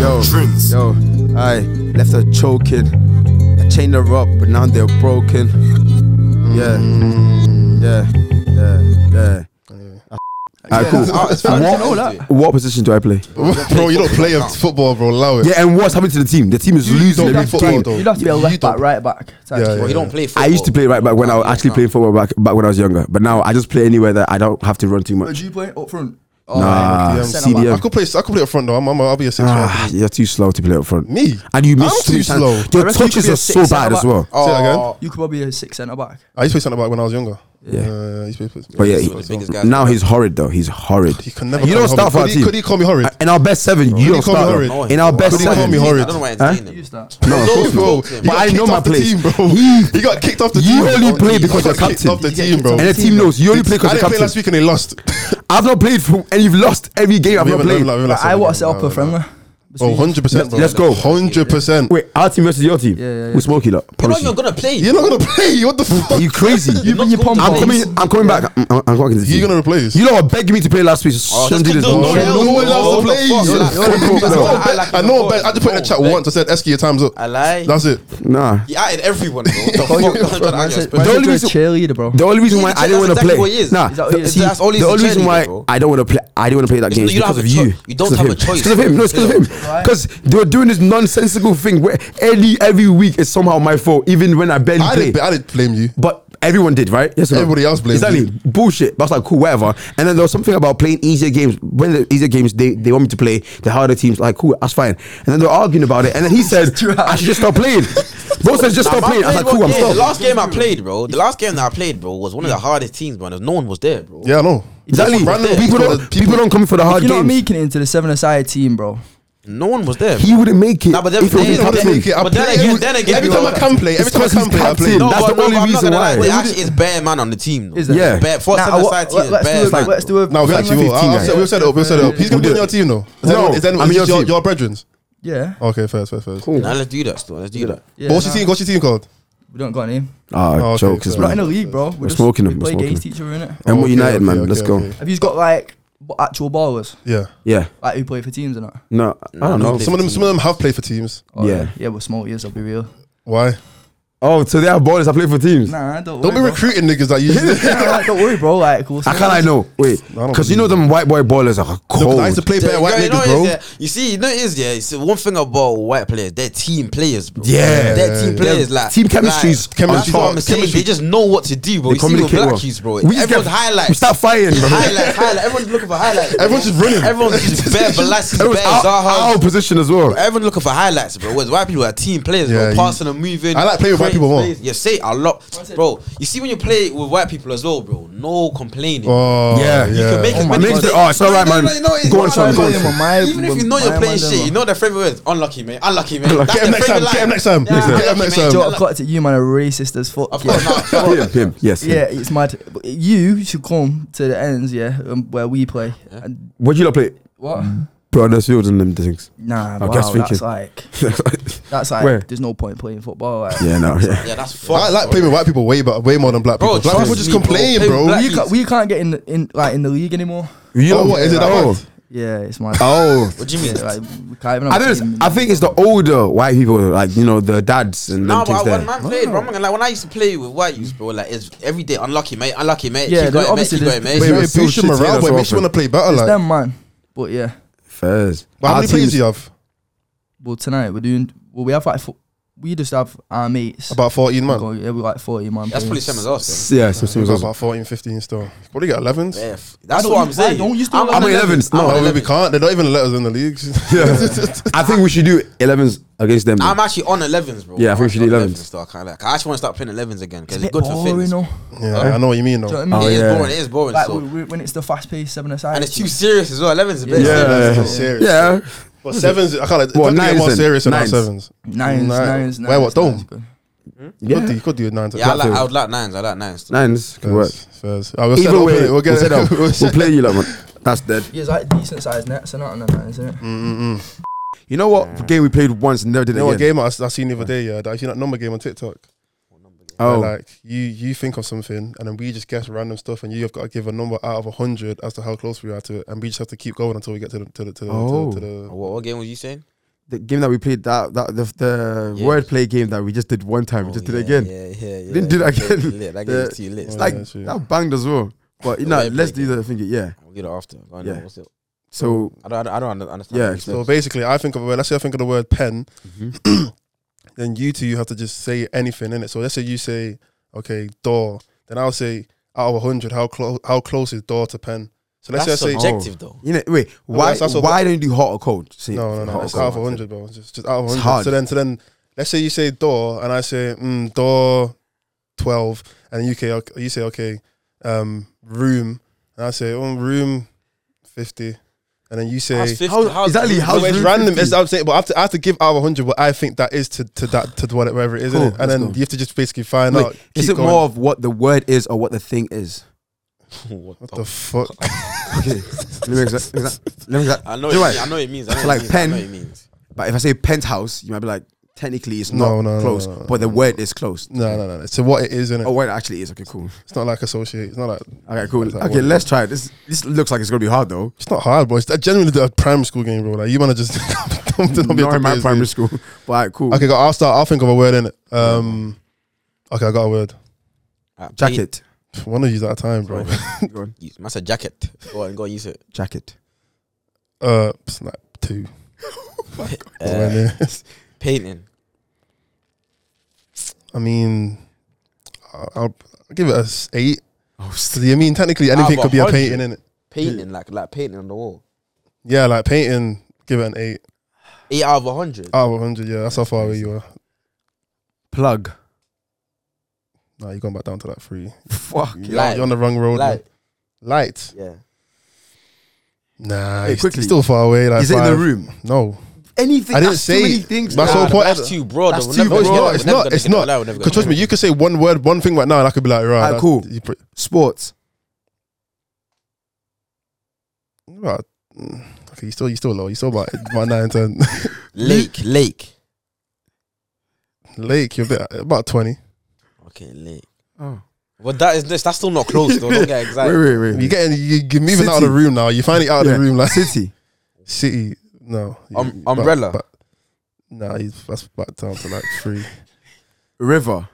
Yo, yo, I left her choking. I chained her up, but now they're broken. Yeah, yeah, yeah, yeah. Alright, cool. Oh, it's fine. What- All that. What position do I play? bro, you don't play a football, bro. Allow it. Yeah, and what's happened to the team? The team is You losing don't every play football, game. though. You'd have to be a You- you left back, don't- right back. type Yeah, thing. yeah. Well, you don't play football. I used to play right back when I was No, actually no. playing football back, back when I was younger, but now I just play anywhere that I don't have to run too But much. Ah, do you play up front? Oh, Nah, Yeah, centre back. CDM. I could play. I could play up front though. I'm, I'm, I'll be a six. Ah, man. you're too slow to play up front. Me? And you I'm miss so many too times. slow. Your I reckon you could touches be a are so six bad centre as well. Oh, Say that again. You could probably be a six centre back. I used to play centre back when I was younger. Yeah. Uh, I used to play, But yeah, He's one of the he- biggest guys. now he's horrid though. He's horrid. he can never. You call don't me horrid. start for our could he, team. could he call me horrid? In our best seven, you he don't call me start. horrid? though. No, he In our don't. best Could he call seven, me horrid? I don't know why he's Huh? doing Use it. that. No, of No, course bro. not. He But got I kicked know my off the place. team, bro. He- He got kicked off the You team. only bro. play He because got you're kicked captain. Off the You get team, kicked bro. off the And the team, team knows you only Did- play 'cause I you're didn't play captain. last week and they lost. I've not played for, and you've lost every game. I've We not haven't- we played. haven't- we haven't But lost I every want to game. set up No, a no, friendly. Oh, 100 percent, bro. let's go. Hundred percent. Wait, our team versus your team. Yeah, yeah, yeah. We smoke it You're up. not Promise you. even gonna play. You're not gonna play. What the fuck? Are you crazy? You're not your gonna pom-pom. I'm play. coming. I'm coming back. I'm, I'm, I'm going to the Who you team. gonna replace? You know, I begged me to play last week. So Oh, shouldn't do just this. condone No, Hell no one no. loves to play. Fuck I that. know No. I bet- I know. I bet- I just put it in the chat No. once. I said, "Esky, your time's up." I lie. That's it. Nah. He outed everyone, bro. The fuck? Man Don't said- man act said like you're The a only reason- cheerleader, bro. The only reason Yeah, why I that's didn't want to exactly play. what he is. Nah, Is that- the- is see, that's all he's the a only reason cheerleader, why bro. I don't want to play. I didn't want to play that It's game not- is you don't because have of a cho- you. you don't Because of have him. a choice. It's because of him. No, it's because of him. Because they were doing this nonsensical thing where early every week is somehow my fault, even when I barely I play. didn't. I didn't blame you. But everyone did, right? Yes. or no? Everybody else blamed Exactly. you. Bullshit. But I was like, cool, whatever. And then there was something about playing easier games. When the easier games they, they want me to play, the harder teams, like, cool, that's fine. And then they were arguing about it. And then he said, I should just stop playing. Bro said, just Nah, stop man, playing. I was like, played cool, one I'm game. The stopped. last game I played, bro. The last game that I played, bro, was one of the hardest teams, man. No one was there, bro. Yeah, I know. Exactly. Random People people don't, that- people, don't come for the hard You're not games. making it into the seven aside team, bro. No one was there. He wouldn't make it. Nah, but then- if it then was his he don't Every captain. time I make it, I But then play. again- Every- then again, every bro, time I can play, every it's time I 'cause can he's play, I play. captain. No, That's but the only but I'm not reason gonna lie, why. They actually is bare man on the team. though. Is it? Yeah. It's bare. For Nah, seven what- side what- team, let's do bare it, like, man. let's do it. No, we Like actually will. 15, I'll- I'll yeah. say- We'll set it up. We'll set it up. He's gonna We'll be on do your it. team, though. Is No, anyone- Is anyone- is I'm in this your your team. your brethren's? Yeah. Okay, first, first, first. Cool. Nah, let's do that. Still, let's do that. yeah But what's your nah, team? What's your team called? We don't got a name. Ah, okay, jokes, so- We're not in man. the league, bro. We're, just, smoking we them, we're play smoking against them. each other in it. And we're Okay, United, okay, man. okay, Let's okay, go. okay. Have you got like b- actual ballers Yeah. Yeah. like who play for teams and that? No, I don't no, know. they- Some of them, some of them have played for teams. Oh, Yeah. yeah, we're small years. I'll be real. Why? Oh, so they have ballers. I play for teams. Nah, don't Don't be worry, recruiting niggas that you. bro. Nah, like, don't worry, bro. Like, we'll I can't. I know. Wait, I don't because you know them white boy ballers are Look, cold. I used to play better white Yeah, you know niggas, what it is, bro. yeah? You see, you know it is, yeah. It's one thing about white players, they're team players, bro. Yeah. they're team Yeah. players. Like Team chemistry's- like, that's chemistry's what up. I'm saying. Chemistry. They just know what to do, bro. They you see with communicate black well. keys, bro. We just Everyone's get- highlights. We start fighting, bro. Highlights, highlights. Everyone's looking for highlights. bro. Everyone's just running. Everyone's just bare Balassi's, bare Everyone's out, out Zaha's. of position as well. Everyone's looking for highlights, bro. Whereas white people are team players, Yeah, bro. you- Passing and moving. I like playing with white creating people more. space. Yeah, say a lot, bro. You see when you play with white people as well, bro. No complaining. Oh, yeah. Yeah. You can make Oh as my many God. mistakes- Oh, it's all right, man. Go on, it's son, all go on. right. With my- Even if with you know you're my playing man, shit, you man. know their favorite words. Unlucky, mate. Unlucky, mate. Unlucky. That's Get him their next time. favorite Get him line. next time. Yeah. Next time. Get him Unlucky, next mate. time. Joe, I've got to you, man. Are racist as fuck. Of yeah. course not. Him, him, yes. him. Yeah, it's mad. But You should come to the ends, yeah, um, where we play. And What'd you lot play? what? Brothers Fields and them things. Nah, I wow, guess that's we can- like that's like. Where? There's no point playing football. Like. yeah, no. Yeah. Yeah, that's fucked. I like playing with white people way, better, way more than black Bro, people. black people trust just me, bro. complain, Play bro. with black We can't, Please. we can't get in the, in like in the league anymore. You Oh, lot- what, is it that Oh, bad? Yeah, it's mad. oh. What do you mean? Yeah, like, we can't even I have a think, team. it's, I think it's the older white people, like you know, the dads and No, them but things I- there. when man played, bro, I'm not gonna lie. When I used to play with white youths, bro, like it's every day unlucky, mate, unlucky, mate. Yeah, keep then going, mate, obviously keep going, mate. there's- Wait, Yeah, wait, so boost shit your to us morale, but often. makes you want to play better. it's Like, them, man. But yeah, First, but how many players do you have? well tonight we're doing. Well, we have like fo- we just have our mates. About 14, man. Go- Yeah, we like forty man. That's probably playing. same as us. Yeah, some We've things. got about 14, 15 still. You Probably got 11s. Then. Yeah, f- that's don't what you- I'm saying. why don't you still I'm on have I'm 11s. No, I'm on No, we 11s. can't. They don't even let us in the leagues. I think we should do 11s against them. I'm actually on 11s, bro. Yeah, I think we should do I'm 11s. Still, I, can't lie. I actually want to start playing 11s again because It's it's, a bit good for boring, fitness. though. yeah, I know what you mean, Do you know though. what I mean? Oh, it is yeah. boring. It is boring. Like so. w- w- when it's the fast paced seven aside, and it's too serious as well. 11s a bit. Yeah. serious as yeah, well. serious. yeah. But sevens, I can't. Like, What, well, nines nines more then? serious than our Nines. sevens. nines, Nine. nines, Why, what, nines, nines, dome? good. You could do- yeah. you could do a nine. to Yeah, I black like, people. I would like nines. I like nines. Too. Nines could work. First, first. I will set Either up, way, innit? we'll, we'll get set up. We'll we'll set- play you lot, man. That's dead. Yeah, it's like decent sized nets and that, and that, isn't it? Mm, You know what game we played once and never did You it know what again? game I, I seen the other day? Yeah, that I seen that number game on TikTok. Oh, Where, like you, you think of something, and then we just guess random stuff, and you've got to give a number out of hundred as to how close we are to it, and we just have to keep going until we get to the to the to the, Oh. to the, to the What, what game were you saying? the game that we played that that the, the Yeah. wordplay game that we just did one time, we just Oh, did yeah, it again. Yeah, yeah, yeah. Didn't do That that game again. was lit, That Yeah. game was too lit. It's like yeah, true. that banged as well. But you know, Wait, let's break do the thing. Yeah. I'll get it after. Go on, Yeah. what's it? So I don't, I don't understand. Yeah, what you said. so So basically, I think of a word. Let's say I think of the word pen. Mm-hmm. then you two, you have to just say anything in it. So let's say you say, okay, door. Then I'll say, out of hundred, how close how close is door to pen? So let's That's say I say, subjective though. you know, wait. Why? that's- that's what- why don't you do hot or cold? See, no, no, no, hot or it's cold. out of hundred, bro. It's Just, just out of It's hundred. hard. So then, so then, let's say you say door, and I say mm, door twelve, and UK, okay, you say okay, um, room, and I say oh, room fifty, and then you say. How's 50? How- How's exactly, that- how's So it's room random. 50? It's, I'm saying, but I have, to, I have to give out of 100 what I think that is to to that to what- whatever it is, Cool, innit? and let's then go. you have to just basically find Wait, out. is keep it going. more of what the word is or what the thing is? What what the the f- fuck? Okay. let me exa- exa- let me exa- I know. Do It, I? I know it means. I know So it like means, pen- I know it means. But if I say penthouse, you might be like, technically it's No, not no, no, close, no, no. but the word is close. No, no, no. It's to what it is, innit? Oh, word actually is. Okay, cool. It's not like associate. It's not like. Okay, cool. That's like okay, one- let's try it. This this looks like it's gonna be hard though. It's not hard, bro. It's genuinely a primary school game, bro. Like you wanna just don't, don't be Not in my amazed, primary dude. school. But alright, cool. Okay, go- I'll start. I'll think of a word in it. Um, okay, I got a word. Ah, pen. Jacket. One of you's at a time, bro. Go on. Use- Man said jacket. Go on, go on, use it. Jacket. Uh, snap two. Uh, Word, yeah. painting. I mean, I'll, I'll give it a s- eight. Oh, So, you mean technically anything but could be a 100. painting, innit? Painting like like painting on the wall. Yeah, like painting, give it an eight Eight out of a hundred. out of hundred. Yeah, that's how far away you are. plug. Nah, you're going back down to that three. Fuck. You're, Light. you're on the wrong road. man. like Light. yeah. Nah, Hey, it's quickly. still far away. Like Is it in the five. room? No, Anything. I didn't that's say Too many it. things. That's bro. all- Nah, point- That's too broad. That's though. too We're never broad. gonna It's get that. not, We're never gonna it's get that. not. We're never gonna because trust get me, you could say one word, one thing right now, and I could be like, right, Alright, that's- cool. You pr- Sports. right. Mm, Okay, you still, you still low. You still about, about nine, ten. that. lake, lake. Lake, you're a bit, about twenty. Okay, lake. Oh. Well, that is this. That's still not close though. Don't get Wait, excited. wait, wait. You're getting, you, you're moving out of City. the room now. You're finally out of Yeah. the room, like City. city. No, you- Um, you- umbrella. But, but, nah, you, that's back down to like three. River.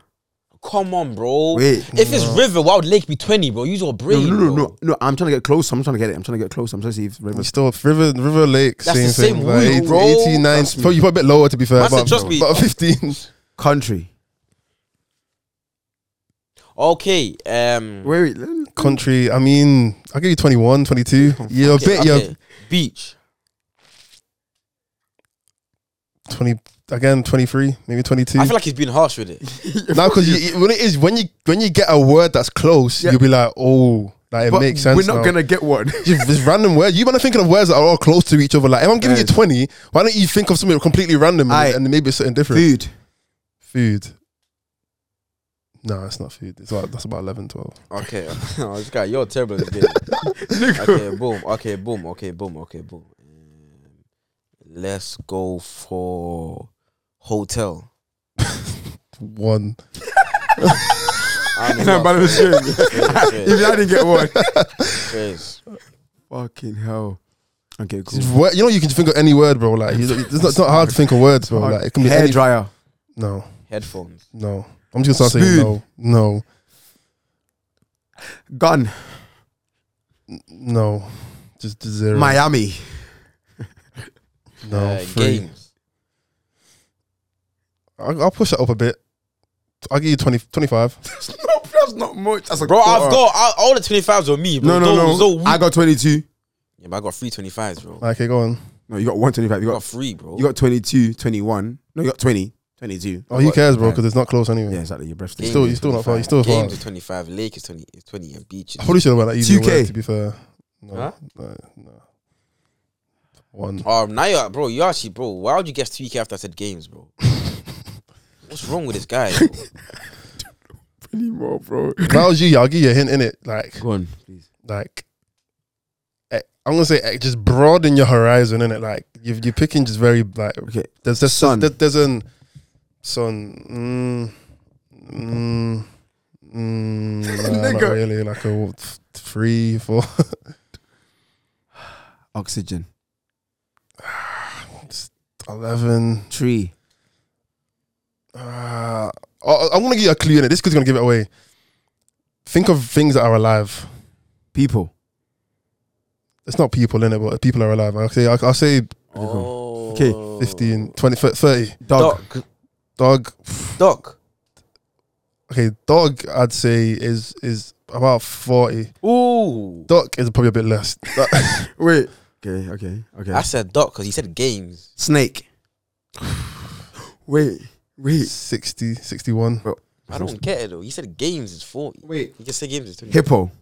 Come on, bro. Wait. If it's river, why would lake be twenty, bro? Use your No, brain. no, no, bro. no, no. I'm trying to get close. I'm trying to get it. I'm trying to get close. I'm trying to see if river. It's still River River Lake. That's same, the same thing. wheel, like, bro. 18, 9, Trust me. probably, probably a bit lower to be fair. Man said, About, trust me. about 15. Country. Okay. Um. Wait, wait. let me- Country. I mean, I'll give you 21, 22. You're okay, a bit, you're okay. Beach. 20, again, 23, maybe 22. I feel like he's been harsh with it. now, because when it is, when you when you get a word that's close, Yeah. you'll be like, oh, like, it But makes sense. We're not now. gonna get one. Just this random word. You might have thinking of words that are all close to each other. Like, if I'm giving you Guys. 20, why don't you think of something completely random and- Aye. and, maybe it's something different? Food. Food. No, it's not food. It's about, that's about 11, 12. Okay. oh, this guy, you're terrible at this game. okay, boom. Okay, boom. Okay, boom. Okay, boom. Um, let's go for hotel. One. I'm And I'm not- out of the stream. Face, If I didn't get one. face, face. Fucking hell. Okay, cool. Just wo- You know, you can think of any word, bro. Like, you- it's not, it's not hard to think of words, bro. Like, it can be Hair any. dryer. no, Headphones. no. I'm just gonna start saying no, Spoon. no, Gun. no. Just just zero. Miami. no, uh, three. games. I'll, I'll push it up a bit. I'll give you 20, 25. That's not, that's not much. That's a Bro, I've quarter. got I, all the 25s on me, No, bro. no, no. Those- those- I got 22. yeah, but I got three 25s, bro. I Okay, go on. No, you got 125. You got got three, bro. you got 22, 21. No, you got 20, 22. Oh, who cares, bro? Yeah. Because it's not close anyway. Yeah, exactly. Your breath. Games Still, is you're still not far. You're 25. still far. Games is 25. Lake is 20. Is 20 and beach I is. probably should have went that easy 2K. word, to be fair. No, Huh? no, no. One. Oh, now you're bro. You actually, bro. Why would you guess 3K after I said games, bro? What's wrong with this guy? bro? anymore, bro. If I was you, I'll give you a hint in it. Like, Go on, please. like eh, I'm gonna say eh, just broaden your horizon in it. Like you you're picking just very like Okay. there's there's Sun. there's, there's an sun. Mm, mm, mm, nah, not Nigga. really like a what, th- three four. Oxygen. it's Eleven. Tree. Uh, I- I'm gonna give you a clue in it. This kid's gonna give it away. Think of things that are alive. People. It's not people in it, but people are alive. I'll say, I'll, I'll say Oh. Okay, 15, 20, 30. Dog. Doc. Dog. Doc. Okay, dog. I'd say is is about forty. Ooh. Duck is probably a bit less. Wait. Okay, okay, okay. I said doc because he said games. Snake. wait, wait. 60, 61. I don't get it though. He said games is 40. Wait. He just said games is 20. Hippo.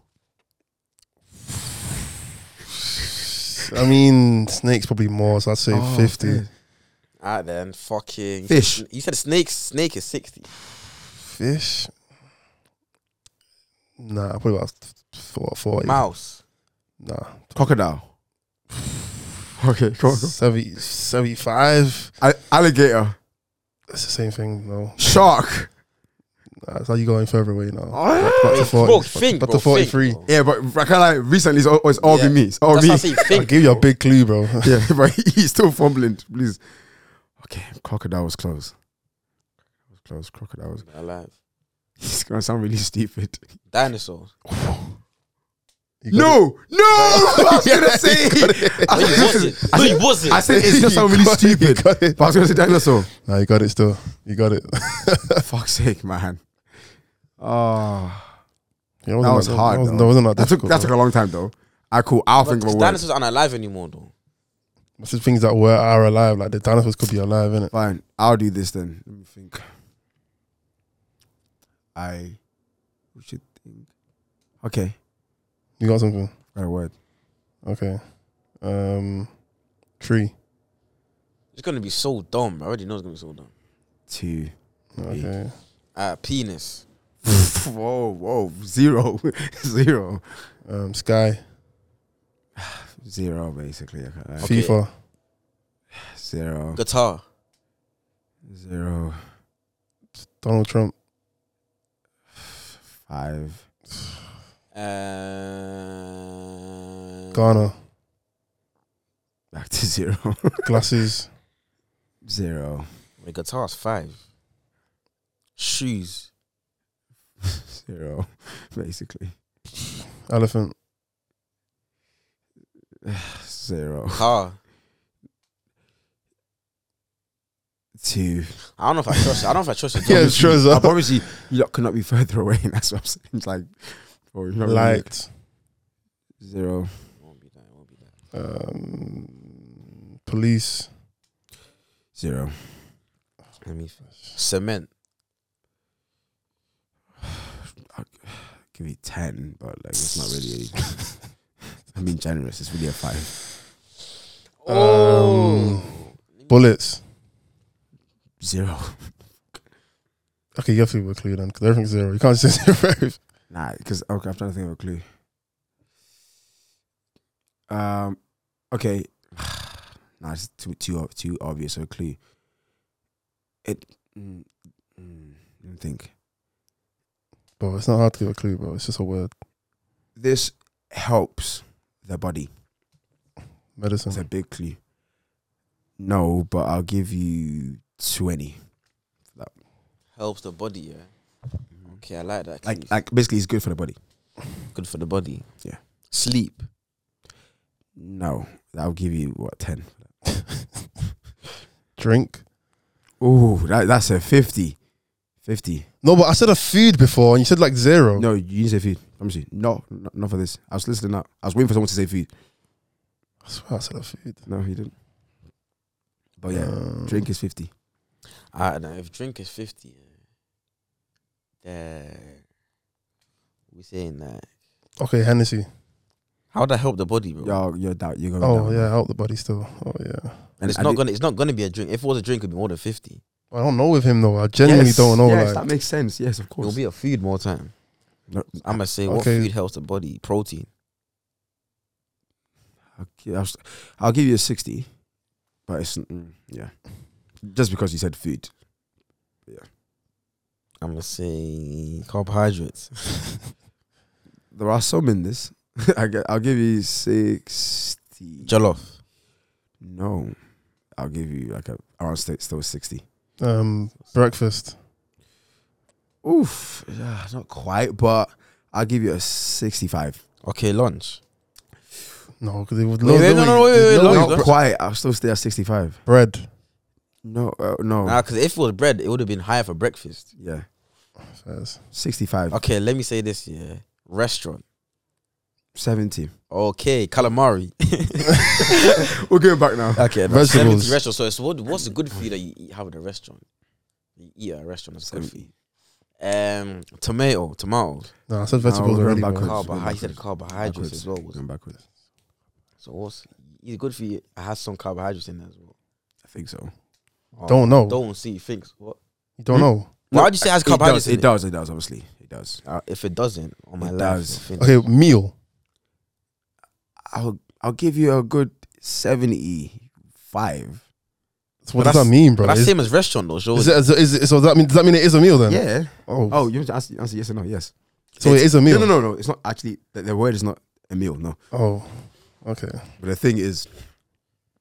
I mean, snakes probably more. So I'd say Oh, fifty. okay. Alright then, fucking Fish. You said snakes. Snake is sixty. Fish. Nah, probably about four- forty. Mouse. Nah, Crocodile. Okay, come on. Go. 70, 75. Al- alligator. It's the same thing. No, Shark. nah, that's how you going further away now. yeah, Back to Wait, forty. bro, Back- think, back bro, to forty-three. think, bro. but I can't like recently it's all, it's all been Yeah. me. It's all That's me. how I say I think. gave you a big clue, bro. yeah, but he's still fumbling. Please. Okay, crocodile was close. Close, crocodile was. Alive. It's gonna sound really stupid. Dinosaurs. You got it. No, no, I was gonna say. I, No, was- he wasn't. I No, he said- wasn't. I said it's gonna sound really stupid. got it. But I was gonna say dinosaur. Nah, you got it still. You got it. Fuck's sake, man. Oh, Yeah, it that wasn't was that- hard. That wasn't, though. that wasn't that took, difficult. that took a long time though. I cool. I'll think of a Because word. dinosaurs aren't alive anymore though. That's the things that were are alive. Like the dinosaurs could be alive, innit? Fine, I'll do this then. Let me think. I we should think. Okay, You got something? got a word. Okay. Um, tree. It's gonna be so dumb. I already know it's gonna be so dumb. Two. Okay. Uh, penis. whoa, whoa, zero, zero, Um, sky. zero, basically. Okay, like, Okay. FIFA. Zero, Guitar. zero, Donald Trump. five, Uh, Ghana. back to zero, Glasses. zero, My guitar's five. Shoes. zero, basically. Elephant. Zero, Car. two. I don't know if I trust. I don't know if I trust it. Yeah, Obviously, sure, sir. I promise you, you lot could not be further away. That's what I'm saying. It's like, bro, you're not really- Light. zero, It won't be that. It won't be that. Um, police. zero. Let me. Cement. give you 10, but like it's not really. I'm being generous. It's really a five. Oh! Um, bullets. Zero. Okay, you have to give a clue then, because everything's zero. You can't just say zero. Nah, because okay, I'm trying to think of a clue. Um, okay. nah, it's too too ob- too obvious of a clue. It. Mm, mm, let me think. Bro, it's not hard to give a clue, bro. It's just a word. This helps the body. It's a Medicine. big clue. No, but I'll give you twenty. helps the body. Yeah. Okay, I like that. Mm-hmm. Like Like, like basically, it's good for the body. good for the body. Yeah. Sleep. No, I'll give you what ten. Drink. Ooh, that, that's a 50. 50. No, but I said a food before, and you said like zero. No, you didn't say food. Promise you. No, no, not for this. I was listening up. I was waiting for someone to say food. I swear I said a food. No, he didn't. But Oh, yeah, Um, drink is 50. I don't know. If drink is fifty, yeah. then we saying that. Okay, Hennessy. How would that help the body, bro? You're, you're down. You're going Oh down. yeah, help the body still. Oh yeah. And it's I not did- gonna. It's not gonna be a drink. If it was a drink, it'd be more than fifty. I don't know with him though. I genuinely Yes, don't know. like, Yes, that makes sense. Yes, of It'll course. be a food more time. No, I'm gonna say what Okay. food helps the body? Protein. I'll, gi- I'll s- I'll give you a 60. But it's, mm, yeah. Just because you said food. I'm gonna say carbohydrates. There are some in this. I get, I'll give you 60. Jollof. No. I'll give you like a, around st- still 60. um, breakfast. Oof, yeah, not quite, but I'll give you a 65. Okay, lunch. No, because it was Wait, wait, no, no, wait, wait, wait, no no, way. no. Not quite. I'll still stay at 65. bread. No, uh, no. Nah, because if it was bread, it would have been higher for breakfast. yeah, Says. 65. Okay, let me say this. Yeah, restaurant. 70. Okay, calamari. We're going back now. Okay, no, Vegetables. 70 restaurant. So, it's what, what's the good food that you eat, have at a restaurant? You eat at a restaurant. That's good food. Um, tomato, tomatoes, No, I said vegetables we're already. going backwards. bro. Carb. carbohydrates. He said carbohydrates as well. Going backwards. So what's it's good for you? I have some carbohydrates in there as well. I think so. Oh, Don't know. Don't see things. What? You don't know. Why would you say it has carbohydrates? It in it? does, it does, it does, obviously. It does. Uh, if it doesn't, on my It life, does. you're finished. Okay, meal. I'll, I'll give you a good 75. So what does that But that's- mean, But bro? that's Is, same as restaurant though. Surely. is it, is it, is it, so does that mean does that mean it is a meal then? Yeah. Oh, Oh, you want to answer, answer yes or no? Yes. so it is a meal. No, no, no, no. It's not actually, the, the word is not a meal, no. Oh, okay. But the thing is,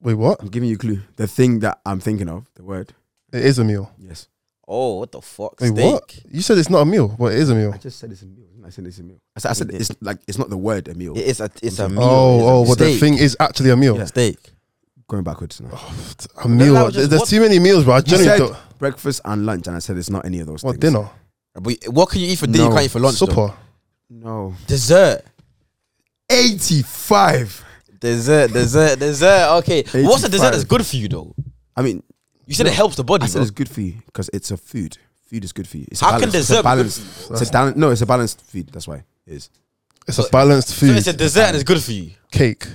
Wait, what? I'm giving you a clue. The thing that I'm thinking of, the word, It is a meal. yes. oh, what the fuck? Wait, Steak. what? You said it's not a meal, but it is a meal. I just said it's a meal. didn't I said it's a meal. I said, I said it's like, it's not the word a meal. It is a. It's a meal. It's a Oh, oh, but the steak. thing is actually a meal. steak. Going backwards Oh. now. A meal. that was There's just what- too many meals, bro. I You generally said don't. breakfast and lunch, and I said it's not any of those What things. dinner? But you- what can you eat for dinner? You No. can't eat for lunch. though? Supper. No. Dessert. 85. Dessert. Dessert. dessert. Okay. What's a dessert that's 85. good for you though? I mean, You said it helps the body. I said bro. it's good for you because it's a food. Food is good for you. It's a How can balance- dessert be It's a good balance. for It's a bal- no, it's a balanced food. That's why it is. It's a balanced So food. it's a dessert and it's good for you. Cake,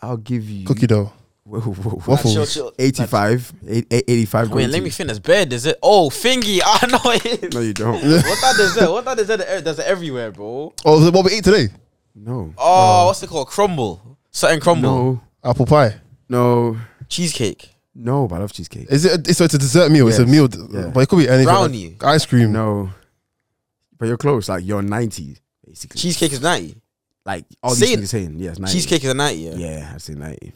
I'll give you cookie dough, Whoa, whoa, whoa. waffles. Chill, chill. 85. eight- eight- 85. Wait, going let to me you. finish. Bad dessert. Oh, fingy. I know it. No, you don't. what that dessert? What that dessert? that- That's everywhere, bro. Oh, is it what we eat today? No. Oh, what's it called? Crumble. Certain crumble. No. Apple pie. No. Cheesecake. No, but I love cheesecake. Is it? A, so it's a dessert meal. It's a Yes. meal, d- Yeah. but it could be anything. Brownie. like ice cream. No. But you're close. Like, you're 90, basically. Cheesecake is ninety. Like, all Say these it. things you're saying. Yes, 90. Cheesecake is a ninety. Yeah. Yeah, I'd say 90.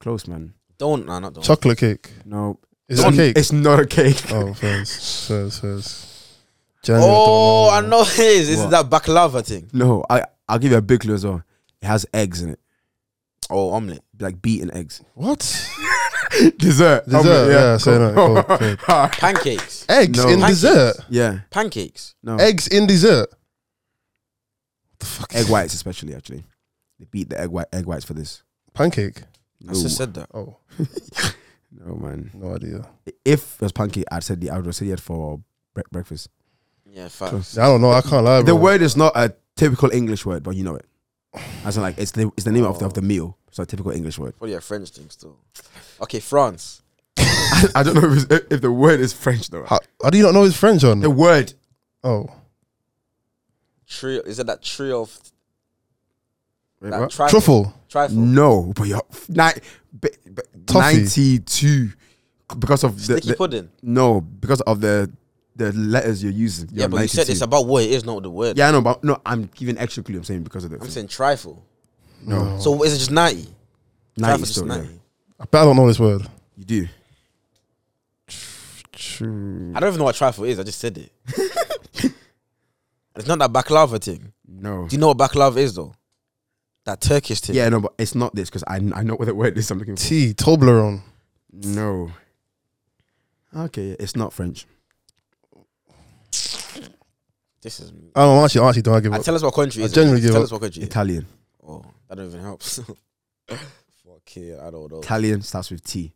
Close, man. Don't. Nah, not don't. Chocolate cake. No. Is it a cake? It's not a cake. Oh, fairs, fairs, fairs. Generally, oh, I don't know it is. This is What? that baklava thing. No, I, I'll give you a big clue as well. It has eggs in it, Oh, omelet. like beaten eggs. What? Dessert. Oh, Dessert, omelette, yeah, so no, cool. cool, cool. Alright. Pancakes. Eggs No. in Pancakes. dessert. yeah, Pancakes. no. Egg. Eggs in dessert. What the fuck? is- whites, especially, actually. They beat the egg, white, egg whites for this. Pancake. I No, just said that. Oh, no, man. no idea. If it was pancake, I'd said the, I would have said it for bre- breakfast. Yeah, facts. I don't know. I can't lie, bro. The word is not a typical English word, but you know it. As in, like, it's the, it's the name of, the, of the meal. It's a typical English word. Probably a French thing still. Okay, France. I, I don't know if, it's, if the word is French, though. How, how do you not know his French on? The word. Oh, Trio. Is it that trio of Wait, that what? trifle? truffle. Trifle. No, but you're f- ni- b- b- Toffee. 92 because of the, Sticky the- pudding. no because of the the letters you're using. Yeah, You're but you said 92. it's about what it is, not the word. yeah, I know, but no, I'm giving extra clue. I'm saying because of the I'm saying trifle. No, So is it just ninety? 90 Trifle's just still, yeah. ninety. I bet I don't know this word. You do. I don't even know what trifle is. I just said it. it's not that baklava thing. No. Do you know what baklava is though? That Turkish thing. Yeah, no, but it's not this because I I know what the word is. I'm looking for. Tea, Toblerone. No. Okay, it's not French. This is. I don't know, actually, actually, don't I give I up? tell us what country. I is it? generally give Tell up. us what country. it is. Italian. Oh, that don't even help. Fuck it, I don't know. Italian starts with T.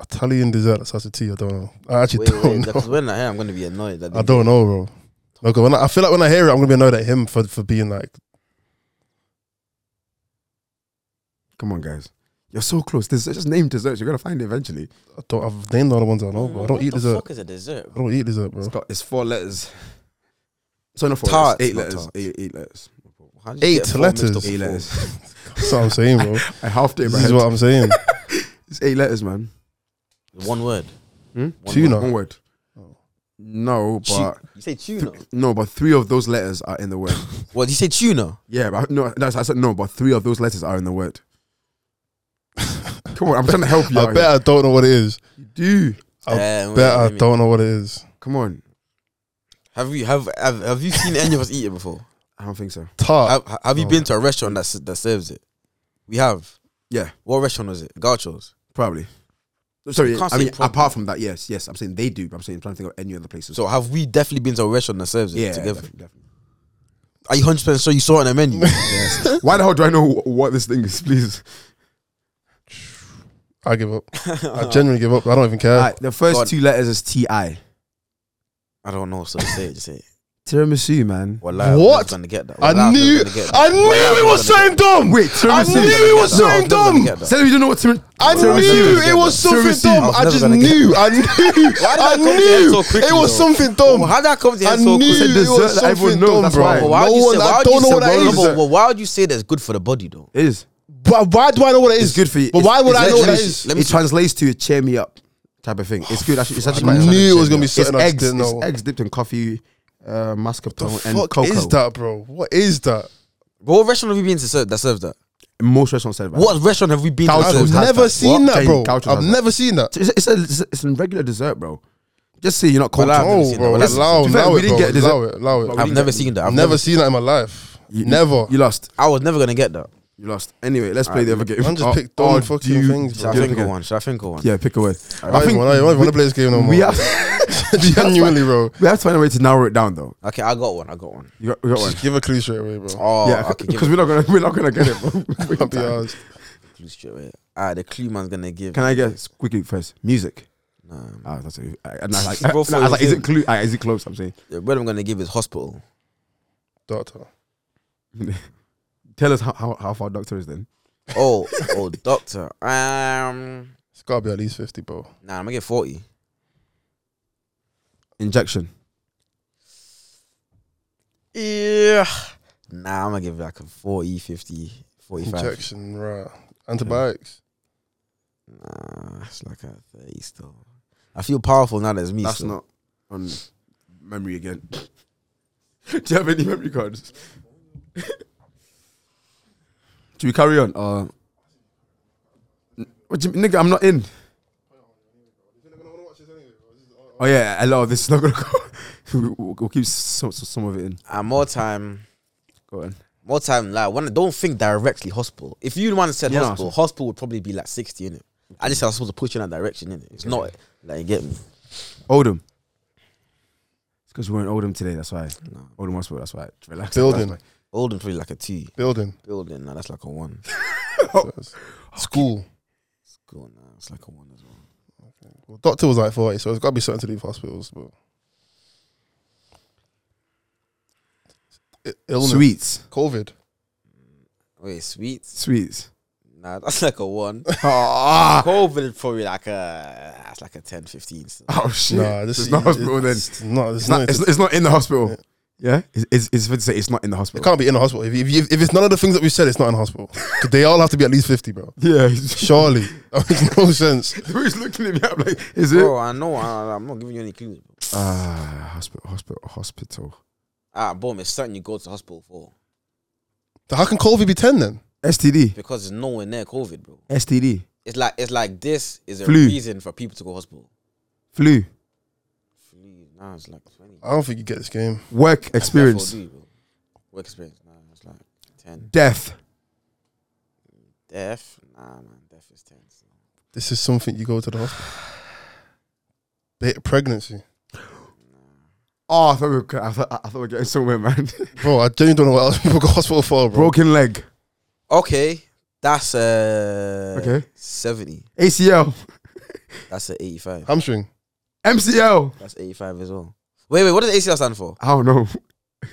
Italian dessert that's a tea. I don't know. I actually Wait, don't wait, know. because when I hear, I'm gonna be annoyed. That I don't know, bro. No, 'cause when I, I feel like when I hear it, I'm gonna be annoyed at him for for being like, Come on, guys. You're so close. There's just name desserts. You're gonna find it eventually. I don't. I've named all the ones I know, Oh, bro. I what don't eat the dessert. Fuck is a dessert? I don't eat dessert, bro. It's got it's four letters. So not four Tarts, letters. Eight not letters. tarts. Eight, eight letters. How did you Eight get four mixed letters. up with Eight four? letters. That's what I'm saying, bro. I half day, this bro. is what I'm saying. It's eight letters, man. One word. Hmm? One Tuna. word. One word. No, Tu- but you say tuna. no, but three of those letters are in the word. What you say tuna? yeah, but no, that's, I said no, but three of those letters are in the word. Come on, I'm trying to help you. I out bet I don't know what it is. here. do. I Eh, bet wait, wait I a minute. don't know what it is. Come on. Have you have have, have you seen any of us eat it before? I don't think so. Tart. Have, have you been to a restaurant that s- that serves it? We have. Yeah, What restaurant was it? Gauchos. probably. No, Sorry, can't I say mean, probably. apart from that, yes, yes, I'm saying they do. But I'm saying I'm trying to think of any other places. So have we definitely been to a restaurant that serves it yeah, together? definitely, definitely. Are you hundred percent sure you saw it on the menu? Why the hell do I know wh- what this thing is? Please. I give up. I genuinely give up. I don't even care. Alright, the first Go on. two letters is T I. I don't know. So say it. Just say it. Tiramisu, man. Wallahi, What? I was gonna get that. I Wallahi, was knew, gonna get that. I knew Wallahi, I it was gonna something dumb. Wait, tiramisu. I knew it was something No, I was never gonna dumb. get that. Said you don't know what tiramisu. I I was knew never it gonna was get something Seriously, I dumb. was I never just gonna knew. get I knew. Why I did that come to your head knew. so quickly, It was though? something dumb. How did that come to your I head so knew quick? said it was dessert that everyone something knows, dumb, that's bro. why. Well, why No would you one. say, why I would don't you know say, what that why- no, but- is. Well, why would you say that's good for the body though? It is. But why do I know what it is? It's good for you. But It's- why would it's I know what that literally- is? Let me It see. translates to cheer me up type of thing. It's good. Actually, it's actually I quite knew it was nice. gonna be It's something I eggs. just didn't It's know. eggs dipped in coffee, uh, mascarpone, The and fuck cocoa. is that, bro? What is that? But what restaurant have you been to serve, that serves that? Most restaurants serve that. What restaurant have we been Gauchos. to? I've that serves Gauchos. has never that. seen What? that, Jane, bro. Gauchos I've has that. never seen that. It's, it's, a, it's, a, it's a regular dessert, bro. Just say you're not Well, I've cultured. never Oh, seen bro, that. Well, allow it, to be fair, allow we it, didn't bro. get dessert. Allow it, allow it. But we that? I've I've didn't never get seen that. I've I've never seen that in my life. You- Never. You lost. I was never gonna get that. You lost. Anyway, let's play the other game. man, just Or- pick dumb or fucking do you- things, bro. do Should I you think pick of a- one? Should I think of one? Yeah, pick a word. I don't even want to play this game no more. We have, Genuinely, bro. we have to find a way to narrow it down, though. Okay, I got one. I got one. You got, we got one. Just give a clue straight away, bro. Oh, yeah, okay, give because me we're not gonna we're not gonna get it. Bro. Can't be arsed. a clue straight away. Alright, Ah, the clue man's gonna give. Can I guess quickly first? Music. Nah, Ah, that's it. I, and I, like, Bro, and I was like, is for it clue? ah, is it close? I'm saying. the word I'm gonna give is hospital. Doctor. Tell us how, how, how far doctor is then. Oh, oh, doctor. Um, It's gotta be at least 50, bro. nah, I'm gonna get forty. Injection. Yeah. Nah, I'm gonna give like a 40, 50, 45. Injection, right. Antibiotics. Nah, it's like a 30 still. I feel powerful now that it's me. That's still. not on memory again. Do you have any memory cards? Do we carry on? Uh, what do you, nigga, I'm not in. Oh yeah, a lot of this is not gonna go. We'll, we'll keep some, some some of it in. And Ah, more time, Go on. more time, like, when I don't think directly hospital. If you want to said Yeah, no, hospital, hospital would probably be like 60, innit? I just I was supposed to push you in that direction, innit? It's not, like, you get me? Oldham. It's because we were in Oldham today. That's why. Oldham Hospital. That's why. Relax. Building. That's Old and probably like a two. Building. Building, nah, that's like a one. Oh. School. School, nah, it's like a one as well. Well, doctor was like 40, so it's gotta be something to do with hospitals, but. I- why. Illness. Sweets. COVID. Wait, sweets? Sweets. Nah, that's like a one. Ah. COVID is probably like a, that's like a 10, 15 still. Oh shit! Nah, this this is is not hospital. Then It's not, it's it's not, not. It's, it's not in the hospital. Yeah, it's, it's, it's fair to say it's not in the it hospital. can't be in a hospital. If, you- if, you- if it's none of the things that we said, it's not in a hospital. 'Cause they all have to be at least 50, bro. Yeah, Surely. That makes no sense. he's looking at me. I'm like, is it? Bro, I know. I, I'm not giving you any clues. Bro. Ah, hospital, hospital, hospital. Ah, boom. It's something you go to hospital for How can COVID be 10 then? STD, because it's nowhere near COVID, bro. STD, It's like it's like this is a Flu. reason for people to go hospital. flu, Flu. Nah, it's like twenty. I don't think you get this game. work That's experience, what I do, bro. Work experience. Nah, it's like ten. death. Death. Nah, man. Death is ten. So. This is something you go to the hospital. Ba- Pregnancy. Oh, I thought we were, I thought, I thought we were getting somewhere, man. Bro, I genuinely don't know what else people go to hospital for, bro. Broken leg, Okay, that's uh Okay. seventy. ACL, That's a eighty-five. Hamstring. MCL. That's eighty-five as well. Wait, wait. What does ACL stand for? I don't know.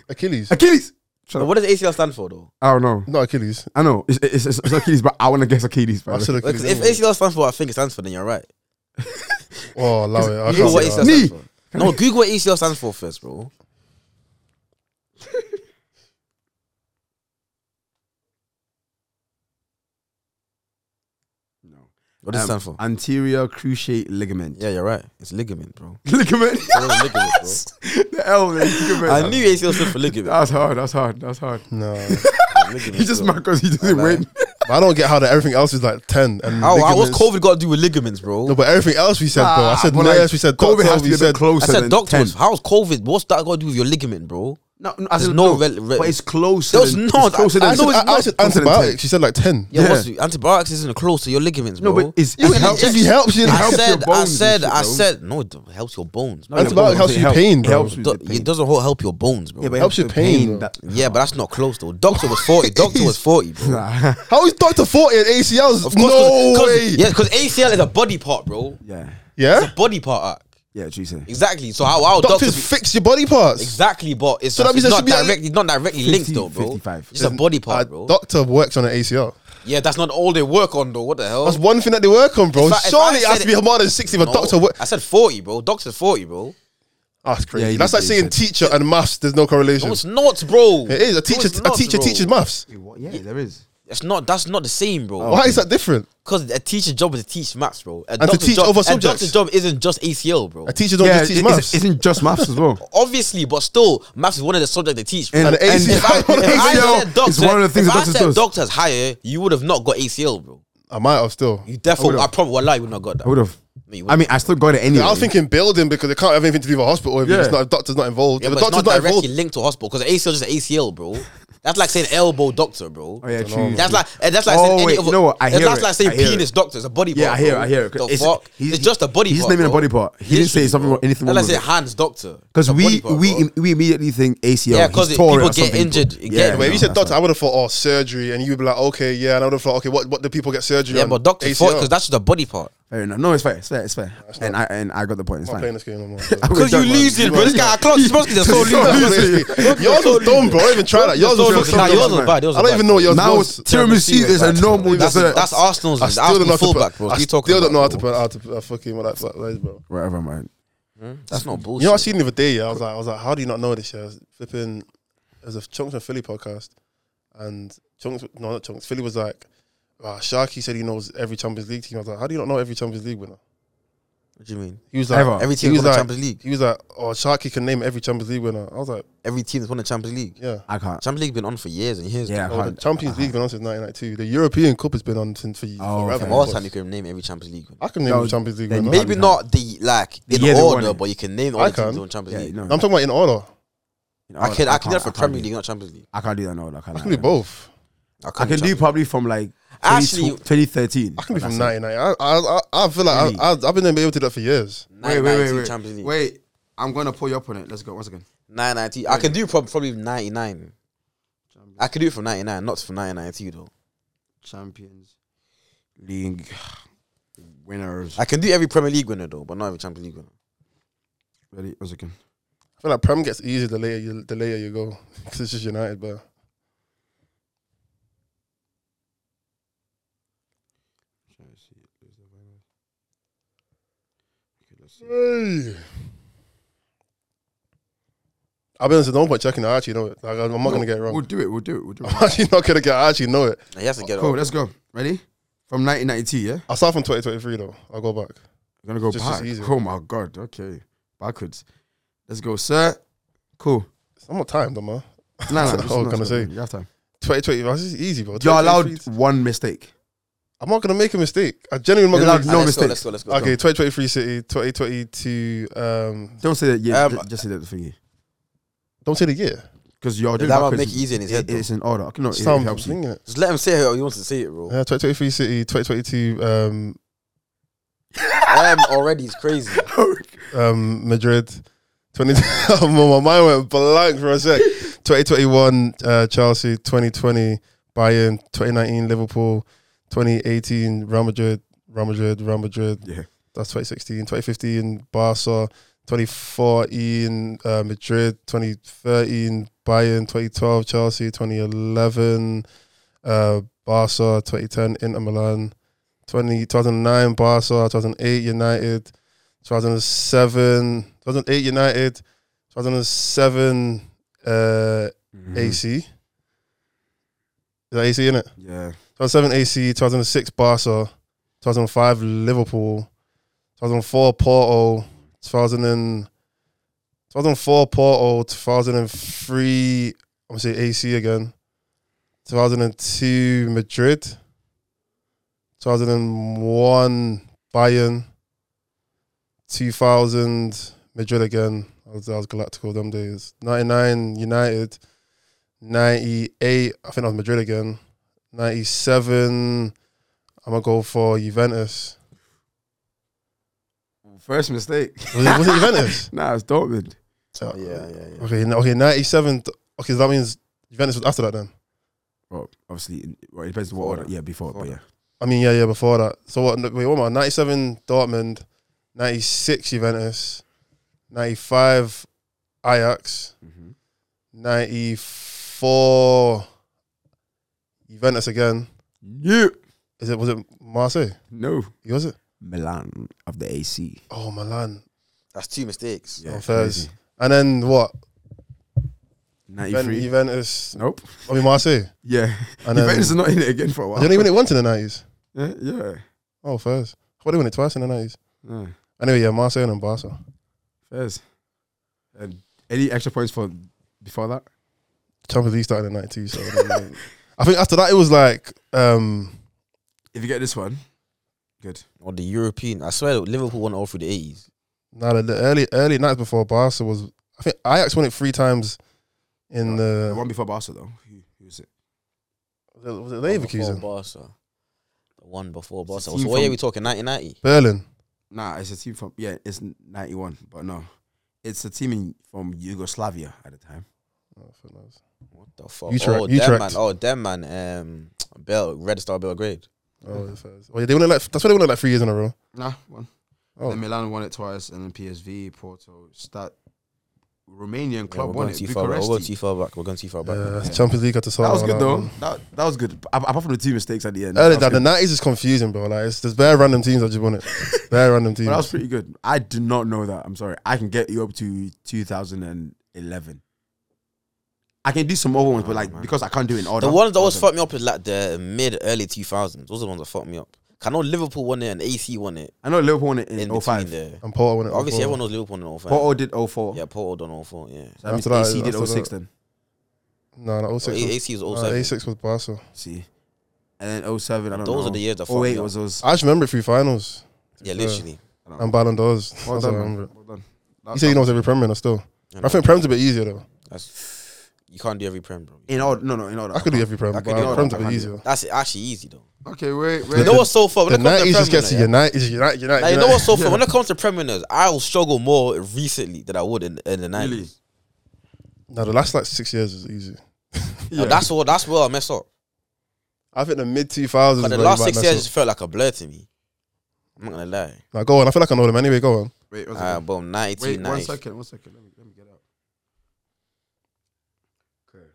Achilles. Achilles. Shut What does ACL stand for though? I don't know. Not Achilles. I know. It's, it's, it's, it's Achilles, but I want to guess Achilles. Bro. I said Because Achilles. if ACL stands for, what I think it stands for. Then you're right. oh, allow it. I Google can't what say ACL that. Knee. stands for. No, Google what ACL stands for first, bro. No. What does it Um, stand for? Anterior cruciate ligament. Yeah, you're right. It's ligament, bro. Ligament. It's always ligament, bro. the L, man. Ligament. Oh. I knew ACL stood for ligament. That's hard. That's hard. That's hard. No. Ligament, He just bro. mad because he doesn't Like- win. But I don't get how that everything else is like 10. And How, how, what's ligaments- COVID got to do with ligaments, bro? No, but everything else we said, bro. I said Ah, but nurse, like, we said COVID doctor, has to we be a bit said closer. I said than doctors. 10. How's COVID? What's that got to do with your ligament, bro? No, no as There's in, no rel- rel- but it's close. There's than, not. It's I- closer than, I it's know it's closer I, I said than ten. antibiotics. She said like ten. Yeah, Yeah. what's antibiotics isn't close to your ligaments, No, bro. but it's, It helps- injects- it helps your- it I I helps your said, bones I and said, shit, I bro. said, no, it don't- helps your bones. No, it Antibiotic helps it you pain, It bro. helps with Do- the pain. It doesn't ho- help your bones, bro. Yeah, but it Helps your with pain, though. that- Yeah, but that's not close though. Doctor was forty. Doctor was forty, bro. How is Doctor Forty and ACLs? Of course, no 'cause- 'cause- way. Yeah, because ACL is a body part, bro. Yeah, Yeah. Body part act. yeah, what you say? Exactly. So how how doctors, Doctors fix your body parts. exactly, but it's, So that it's means there not should be at directly not directly 50, linked though, bro. 55. It's a body part, A bro. Uh, Oh. doctor works on an ACL. yeah, that's not all they work on though. What the hell? That's one thing that they work on, bro. If I- if Surely I it has said to be it- more than sixty. But No, doctor work. Ah, I said forty, bro. Doctor's forty, bro. That's crazy. Yeah, you That's did like say saying that. teacher and maths. There's no correlation. No, it's not, bro. it is a teacher. No, a it's teacher not, bro. teaches maths. Yeah, there is. It's not. That's not the same, bro. Why is that different? Because a teacher's job is to teach maths, bro. A Oh, to doctor's teach job, other A subjects. doctor's job isn't just ACL, bro. A teacher don't yeah, just teach it- maths. It's, isn't just maths as well. Obviously, but still, maths is one of the subjects they teach. Bro. And- and and- ACL. if I, if I said it's one of the doctor, things if I that doctors said does. doctor's higher, you would have not got ACL, bro. I might have still. You definitely, would've. I, probably, wallahi, would not got that. I would have. No, you I mean, I still got it anyway. I was thinking building because it can't have anything to do with a hospital if Yeah. it's not, a doctor's not involved. yeah, if but a it's doctor's not not, directly involved, linked to hospital because ACL is just ACL, bro. That's like saying elbow doctor, bro. Oh yeah, true. That's like and that's like Oh, saying wait, any of you know what? I hear that's it. like saying I hear penis it. doctor. It's a body yeah, part. I hear, bro. it, I hear. it. The fuck? he's- it's just a body He's part. naming bro. a body part. He didn't say Literally, something bro. wrong- anything That's wrong like with saying it. hands doctor. Because It's a we body part, we bro. we immediately think ACL. Yeah, he's 'cause it- tore people it or get something. injured, it Yeah, get- Wait, if you no, said that's doctor, I would have thought, oh, surgery, and you'd be like, okay, yeah, and I would have thought, okay, what, what do people get surgery yeah, on? but doctor ACL. thought because that's just a body part. Fair enough. No, it's fair. It's fair. It's fair. And I and I got the point. It's I'm not playing fine. this game no more. Because you Don't mind. losing, bro. This guy, I can't smoke because So so losing. Yours was dumb, bro. I don't even try that. Yours So was losing. so Nah, yours dumb. was bad. Yours I don't was bad. even know what yours Now was. tiramisu is a normal That's, dessert. that's Arsenal's. I That's still don't know Arsenal's how to fullback, put. bro. I What you still talking don't know how about? to bro? put. How to put- uh, fucking what that what that is, bro. Whatever, man. That's not bullshit. You know, I seen the other day. I was like, I was like, how do you not know this? Yeah, I was flipping. There's a Chunks and Philly podcast, and Chunks, no, not Chunks. Philly was like, wow, Sharky said he knows every Champions League team. I was like, how do you not know every Champions League winner? What do you mean? He was like, Ever. Every team he won was the like, Champions League. He was like, oh, Sharky can name every Champions League winner. I was like, Every team that's won the Champions League. yeah. I can't. Champions League been on for years and years. Yeah, I Oh, the can't. Champions League been on since 1992. The European Cup has been on since for Oh, forever. okay. All time you can name every Champions League. I can name No, the Champions League then winner. you Maybe not the like The in year they won order, it. but you can name I all the can. teams on Champions Yeah, League. no. I'm talking about in order. I can I can do that for Oh, can't Premier do- League, not Champions League. I can't do that. No, I can't. I can do both. I can do probably from like Actually- 2012 2013. I can do That's from it. 99. I, I, I, I feel like Really? I, I, I've been able to do that for years. Wait, wait, wait, Champions wait. League. Wait, I'm gonna pull you up on it. Let's go. Once again. 990. I can do prob- probably 99. I can do it from 99, not from 992 though. Champions League winners. I can do every Premier League winner though, but not every Champions League winner. Ready? Once again. I feel like Prem gets easier the later you, the later you go. Because it's just United, but Hey. I'll be honest, there's no point checking. I actually know it. Like, I'm not gonna get it We'll wrong. do it. We'll do it. We'll do I'm it. actually not gonna get. I actually know it. He has to get cool. it. Let's go. Ready? From 1992. Yeah. I'll start from 2023 though. I'll go back. We're gonna go Just- just back. easier. oh my god. Okay. Backwards. Let's go, sir. Cool. I'm not timed, though, man. No, no. That's just- all I'm no, gonna it's good. say. You have time. 2020. That's just easy, bro. You're allowed 2023 one mistake. I'm not gonna make a mistake. I genuinely am You're not gonna. allowed Make, no let's Go, let's mistakes. go, let's go. okay, 2023 City, 2022. Um, Don't say that. Yeah. Um, ju- just say that thingy. don't say the year. Because you're doing that might backwards. make it easy in his It- head, though. It's in order. Okay, No, it, it Some helps you. thing, innit? Just let him say it how he wants to say it, bro. Yeah, 2023 Uh, City, 2022 um, um, already it's crazy. um, Madrid. 20, my mind went blank for a sec. 2021 uh, Chelsea, 2020 Bayern, 2019 Liverpool, 2018 Real Madrid, Real Madrid, Real Madrid. Yeah. That's 2016. 2015 Barca, 2014 uh, Madrid, 2013 Bayern, 2012 Chelsea, 2011 uh, Barca, 2010 Inter Milan, 20, 2009 Barca, 2008 United, 2007, 2008 United, 2007 uh, Mm-hmm. AC. Is that AC in it? Yeah. 2007 AC, 2006 Barca, 2005 Liverpool, 2004 Porto, 2000 and- 2004 Porto, 2003, I'm going to say AC again, 2002 Madrid, 2001 Bayern, 2000 Madrid again. I was, I was Galactical them days. 99, United. 98, I think I was Madrid again. 97, I'm going to go for Juventus. First mistake. Was it, was it Juventus? nah, it's Dortmund. So, Yeah, yeah, yeah. Okay, n- okay, 97. th- Okay, so that means Juventus was after that then? Well, obviously, well, it depends what order. Yeah, before, but yeah. I mean, yeah, yeah, before that. So what? Wait, what am I? 97 Dortmund, 96 Juventus, 95 Ajax, 94 Juventus again. Yeah. Is it was it Marseille? No. Who was it? Milan of the AC. Oh Milan. That's two mistakes. on Fez. And then what? Then 93. Juventus. Nope. I mean Marseille. Yeah. And, And um, Juventus are not in it again for a while. They didn't win it once in the nineties. Yeah. yeah. Oh Fez. Well, they win it twice in the nineties. yeah. Anyway, yeah, Marseille and then Barca. Fez. And any extra points for before that? Champions League started in the nineties. So I, don't know. I think after that it was like. um If you get this one, good. Or the European. I swear Liverpool won all through the eighties. No, the, the early early nights before Barca was I think Ajax won it three times in The the one before Barca though. Who, who was it? was it, was it Leverkusen, Barca. The one before Barca. It's a So team what year from- we talking? Nineteen ninety. Berlin. Nah, it's a team from yeah, it's ninety one, but no, it's a team in, from Yugoslavia at the time. Oh, I think that was- What the fuck? Utrecht- oh, Utrecht. them man. Oh, them man. Um, Bel Red Star Belgrade. Oh, the first. oh yeah, they won it like that's why they won it like three years in a row. Nah, one. Oh. Then Milan won it twice, and then PSV, Porto, Stat, Romanian Yeah, club we're won going it. Uh, too far. We're going too Bucharesti. far back. We're going too far back. Yeah, Champions League had to solve That was all good that, though. man. That that was good. Ap- Apart from the two mistakes at the end. Early that was that the good. nineties is confusing, bro. Like it's, there's bare random teams that just won it. bare random teams. But that was pretty good. I did not know that. I'm sorry. I can get you up to 2011. I can do some other ones, but like because I can't do it in order. Oh, The ones that always wasn't- fucked me up is like the mid early two thousands. Those are the ones that fucked me up. 'Cause I know Liverpool won it and AC won it I know Liverpool won it in in, between 05. there. and Porto won it. Obviously, before. everyone knows Liverpool in 05. Porto did 04. Yeah, Porto done 04. Yeah, So that means After that, AC did oh after 06 that. then. No, no, 06 A- oh was, AC is no, 07. 06 was Barca. See. And then 07, Uh, I don't know. Those are the years that fucked 08 me up. was Uh, us. I just remember three finals yeah, literally. and Ballon d'Ors. Well That's what I done, man. remember. Well done. You say you know every Premier League still. I I know. think Prem's a bit easier though. That's, you can't do every prem, bro. In oh order. No, no, in order. I could do every Prem, I but could do- Prem's a I bit can't do easier. That's actually easy though. Okay, wait, You wait. know what's so fun? The When it comes to nineties just Prem, gets to you know, United, United, United. Like, you know what's so fun? Yeah. When it comes to Prem winners, I'll struggle more recently than I would in, in the 90s. Really? No, the last like six years is easy. Now, that's what that's where I mess up. I think the mid two thousands. But the last six years just felt like a blur to me. I'm not gonna lie. Now go on. I feel like I know them anyway. Go on. Wait, one Uh, second. boom, 92, Wait, one 90. second, one second. Let me, let me get out. Okay.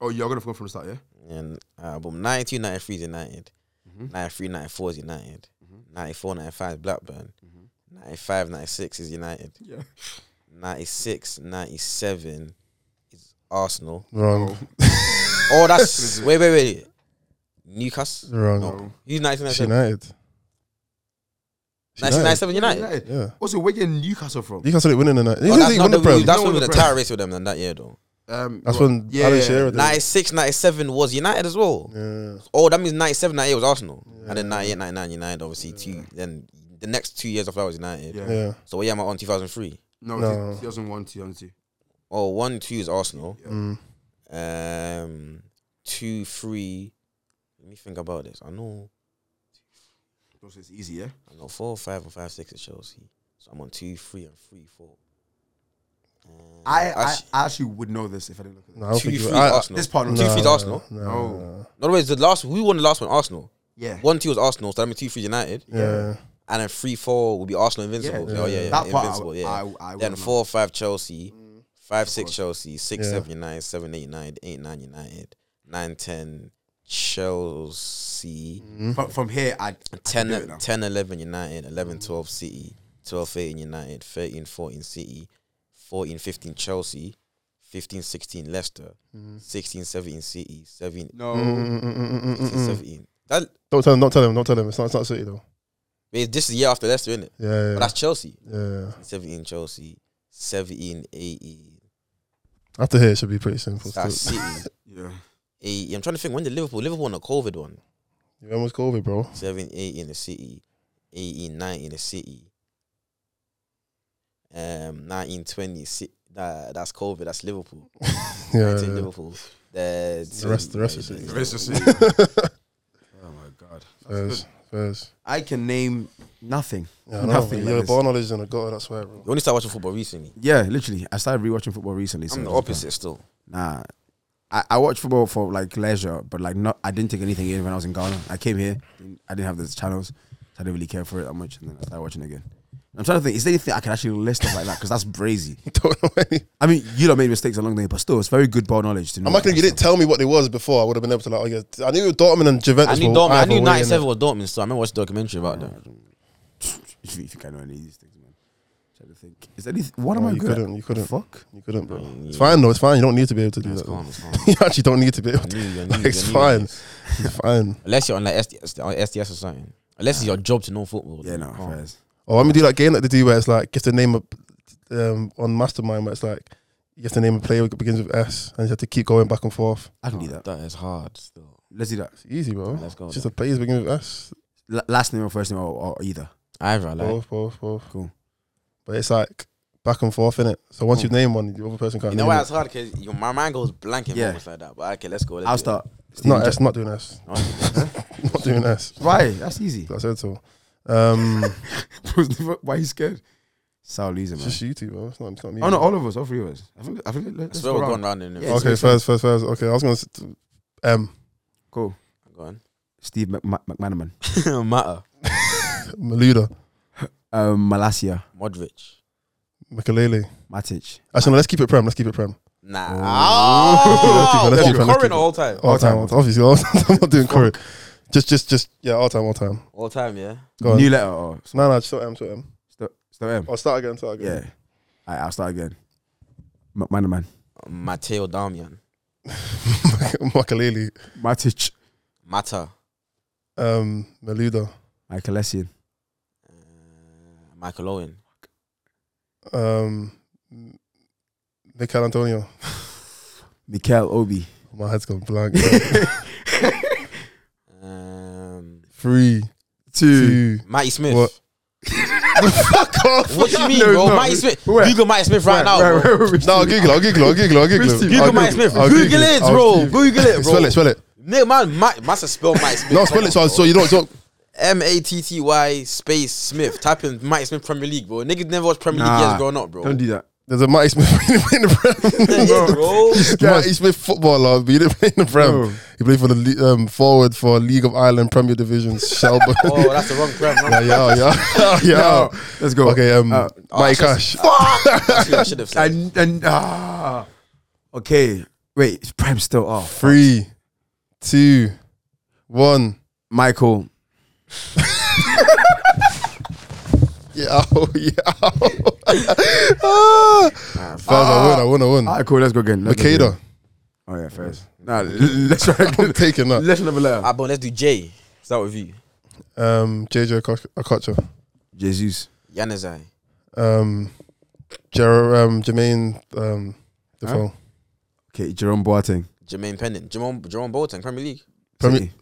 Oh, you're going to go from the start, yeah? And uh, boom, 92, 93 is United. 93, 94 is United. 94, 95 is Blackburn. 95, 96 is United. Yeah. 96, 97 is Arsenal. Wrong. Oh, that's. wait, wait, wait. Newcastle? Wrong. No. Who's 1997? United. It's 1997 United? United. Yeah. Also, where did Newcastle from? You can it winning the night. Oh, won that's not the the, Prem. that's No, when the the Prem. terrorists with them then that year, though. Um, That's what- when Alex Shearer did. it. 96, 97 was United as well. Yeah. Oh, that means 97, 98 was Arsenal. And then 98, 99, United, obviously, two. Then the next two years after that was United. Yeah. Yeah. So, yeah, am I on 2003? No, No. no. 2001, 2002. Oh, one, two is Arsenal. Mm. Um, two, three. Let me think about this. I know, Those is easy, yeah? I know four, five, and five, six is Chelsea. So I'm on two, three, and three, four. Um, I, I, actually- I actually would know this if I didn't look at No, I this. don't two, think you. three, I, Arsenal. This part, two, no. three is Arsenal. no, Oh. no. No, wait, the last we won the last one, Arsenal. Yeah. One, two was Arsenal. So that means two, three, United. Yeah. And then three, four would be Arsenal invincible. Yeah, oh yeah, yeah, That part I- invincible. yeah. I- I then would know. four, five Chelsea, five, six Chelsea, six, Yeah. seven United, seven, eight, nine, eight, nine United, nine, ten Chelsea, Mm-hmm. From, from here, Mm-hmm. I. I could do it 10, now. Mm-hmm. 10 11 United, 11 12 City, 12 18 United, 13 14 City, 14 15 Chelsea, 15 16 Leicester, 16 17 City, 17 No. mm 17. That, Mm-hmm. Don't tell him. Don't tell him. Don't tell him. It's not. It's not City though. wait, this is the year after Leicester, isn't it? Yeah. But Yeah. that's Chelsea. yeah. 17 Chelsea, 17 18. After here, it should be pretty simple. That's still. City. Yeah. Eight, I'm trying to think when did Liverpool? Liverpool won a COVID one. You almost COVID, bro. 7, 8 in the City, 18, 9 in the City. um, 1920. si- That, that's COVID. That's Liverpool. Yeah, It's in yeah. Liverpool. The, The rest, the rest is it. oh my god. Fairs, fairs. I can name nothing. Yeah, I know, Nothing but like You're this. born knowledge and a god. That's why, bro. You only started watching football recently. Yeah, literally. I started rewatching football recently. so I'm the it's like, opposite still. Nah, I, I watched football for like leisure, but like not. I didn't take anything in when I was in Ghana. I came here. didn't- I didn't have those channels. So I didn't really care for it that much, and then I started watching again. I'm trying to think. Is there anything I can actually list off like that? Because that's brazy. Don't know any. I mean, you don't make mistakes along the way, but still, it's very good ball knowledge to know. I'm not gonna. You didn't tell me what it was before. I would have been able to like. Oh yeah, I knew Dortmund and I Juventus. knew were Dortmund. I either knew way, 97 was Dortmund, so I remember watching a documentary about them. If you think I know any of these things, man. Trying to think. Is there anything? What No, am I you good at? couldn't, you couldn't. Fuck. innit? You couldn't, bro. It's fine though. It's fine. You don't need to be able to do It's that. though. calm, it's calm. you actually don't need to be able. I to. knew, I knew, I Like, knew it's it. fine. It's fine. Unless you're on like SDS, on SDS or something. Unless it's your job to know football. Yeah, no. Oh. fairs. Or when we do that game that they do where it's like, get the name of, um, on Mastermind where it's like, you have to name a player that begins with S and you have to keep going back and forth. I can do that. That is hard still. Let's do that. It's easy, bro. Let's go. It's just the players begin with S. L- last name or first name or, or either. Either I like. Both, both, both. Cool. But it's like back and forth, innit? So once you've named one, the other person can't You know name why it. it's hard? Because my mind goes blank in Yeah. moments like that. But okay, let's go. Let's I'll do it. start. It's not Steven S, not doing S. not doing S. Jo- Why? That's easy. I said so. Um, Why are you scared? Sal Lisa, it's man. just you two, bro. It's not, it's not me. Oh no, all of us, all three of us. I think I think I let's swear go we're around. going round in it. Yeah. okay, it's- first, first, first. Okay, I was going to M. Cool. Go on. Steve Mc- Mc- McManaman. Don't matter. Maluda. Um Malasia. Modric. Makalele. Matic. Actually, no, let's keep it prem. Let's keep it prem. Nah. keep it, Oh, Oh. let's keep it, what, let's keep current or it. Oh. all time? All time, all time. obviously. All time. I'm not doing current. Just, just, just. Yeah, all time, all time. All time, yeah. Go on. New letter or No, no, still M, still M. still, still M. I'll start again, start Yeah. again. Alright, I'll start again. McManaman. Mateo Damian. Makalele. Matic. Mata. Um, Maluda. Michael Essien. Uh, Michael Owen. Um, Mikel Antonio. Mikel Obi. My head's gone blank. bro. Um, Three, Two. two. Matty Smith. What? What? Fuck off. do you mean, No, bro? no. Matty Smith. Where? Google Matty Smith right, now, bro. No, I'll Google, it, I'll Google, it, I'll Google, it, I'll Google. it. Google I'll Matty Smith. I'll Google it, I'll bro. Google Google it, bro. Spell it, spell it. Nigga, man, Matt must have spelled Matty Smith. No, spell it. So, so you don't, so, M A T T Y space Smith. Type in Matty Smith Premier League, bro. Nigga never watched Premier League years growing up, bro. Don't do that. there's a Matty Smith in the There prem. is, bro. Matty Smith footballer, but he didn't play in the prem. No. He played for the le- um, forward for League of Ireland Premier Divisions, Shelburne. Oh, that's the wrong prem. No? yeah, yeah, yeah, yeah, yeah. Let's go. Okay, um, Uh, Matty oh, Cash. Actually, I should have said. And and ah Okay. Wait, it's Prem still off. Three, two, one. Michael. Yeah, oh, yeah. ah. Faz, I won, I won, I won. Alright, cool, let's go again. Let's go again. Makeda, Oh yeah, first. Nah, l- let's try again. I'm taking that. Let's another letter. Ah, bro, let's do J. Start with you. Um, JJ Okoch- Okocha, Jesus. Yanazai. um, Jer- um, Jermaine, um, Defoe. Okay, Jerome Boateng. Jermaine Pennant. Jerome, Jerome Bolton, Premier League. Premier- City.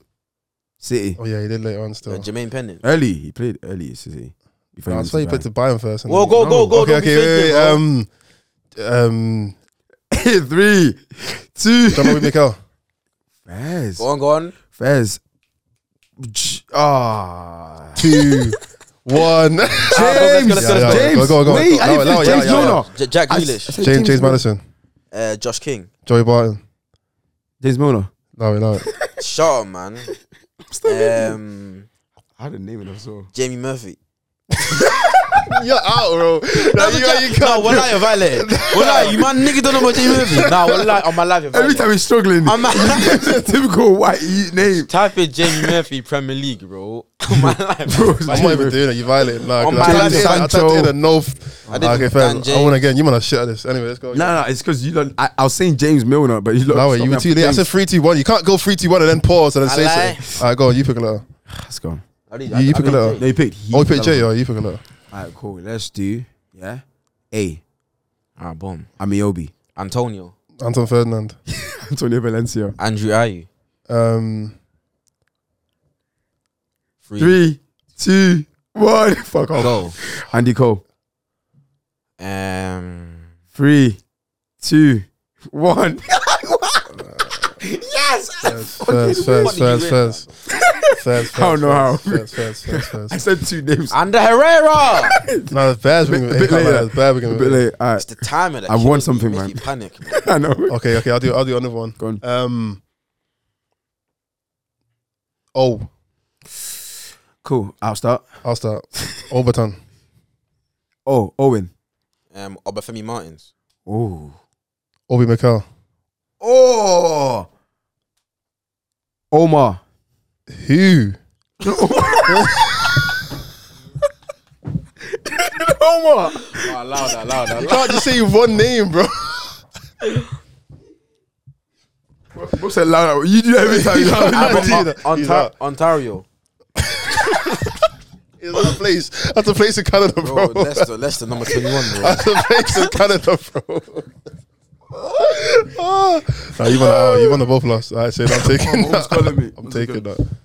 City. Oh yeah, he did later on Uh, still. Jermaine Pennant. Early, he played early at City. Before No, I went swear he to played to Bayern first. and Well, then- go, go, go. Mm, oh, okay, don't okay, be faking, wait, wait, bro. um, um, Bayern. Three, two. John Obi Mikel. Fez. Go on, go on. Fez. J- Ah. two, one. Ah, let's go, let's go, let's go. James. Go, go, go. Wait, I No, didn't no, finish yeah, James yeah, Milner. J- Jack I s- I Grealish. said James, James Madison, Uh, Josh King. Joey Barton. James Milner. No, wait, no. wait. Shut up, man. Um, I had a name in the so. Jamie Murphy. You're out, bro. No, you, you can't. No, wallah, you're violated. Wallah, you man, nigga don't know about Jamie Murphy. Nah, wallah, on my life, you're Every violated. time he's struggling, I'm it's a typical white name. Type in Jamie Murphy Premier League, bro. On my life. I'm not even doing it. You violated. Nah, On 'cause I my typed life, in- I typed Sancho. in a no. f- I didn't Okay, fair. Dan I won James. again. You man, I shit at this. Anyway, let's go. No, no, it's because you don't. I, I was saying James Milner, but you look. No, wait, you were too late. I said 3 2 1. You can't go 3 2 1 and then pause and then I say lie. something. Alright, go on. You pick a letter. Let's go. I did- You, you pick a did letter. No, you picked. Heath Oh, you pick J. Oh, Lamb. you pick a letter. All right, cool. Let's do yeah. A. Ah, boom. Amiobi. Antonio. Anton Ferdinand. Antonio Valencia. Andrew Ayew. Um, Free. Three, two, one. Fuck off. Go. Andy Cole. Um, three, two, one. yes! First, first, first, first. First, I don't know how. First, first, first, I first. said two names. Under Herrera. No, it's bad. A bit later. It's bad. A bit late. All it's right. the timing. that I kills want me, something, makes man. me Panic. I know. Okay, okay. I'll do. I'll do another one. Go on. Um. Oh, Cool. I'll start. I'll start. Overton. Oh, Owen. Um, Obafemi Martins. Oh. Obi Mikel. Oh. Omar. Who? Omar. Oh, louder, louder. You can't just say one name, bro. Bro said loud. You do every time. He's out. loud. He's out. He's Ontar- out. Ontario. It's not a place. That's a place in Canada, Bro, bro. Leicester, Leicester, number 21, bro. That's a place in Canada, bro. Ah. Nah, you want to? You want to both lost. I said I'm taking Who's that. calling me? I'm taking that.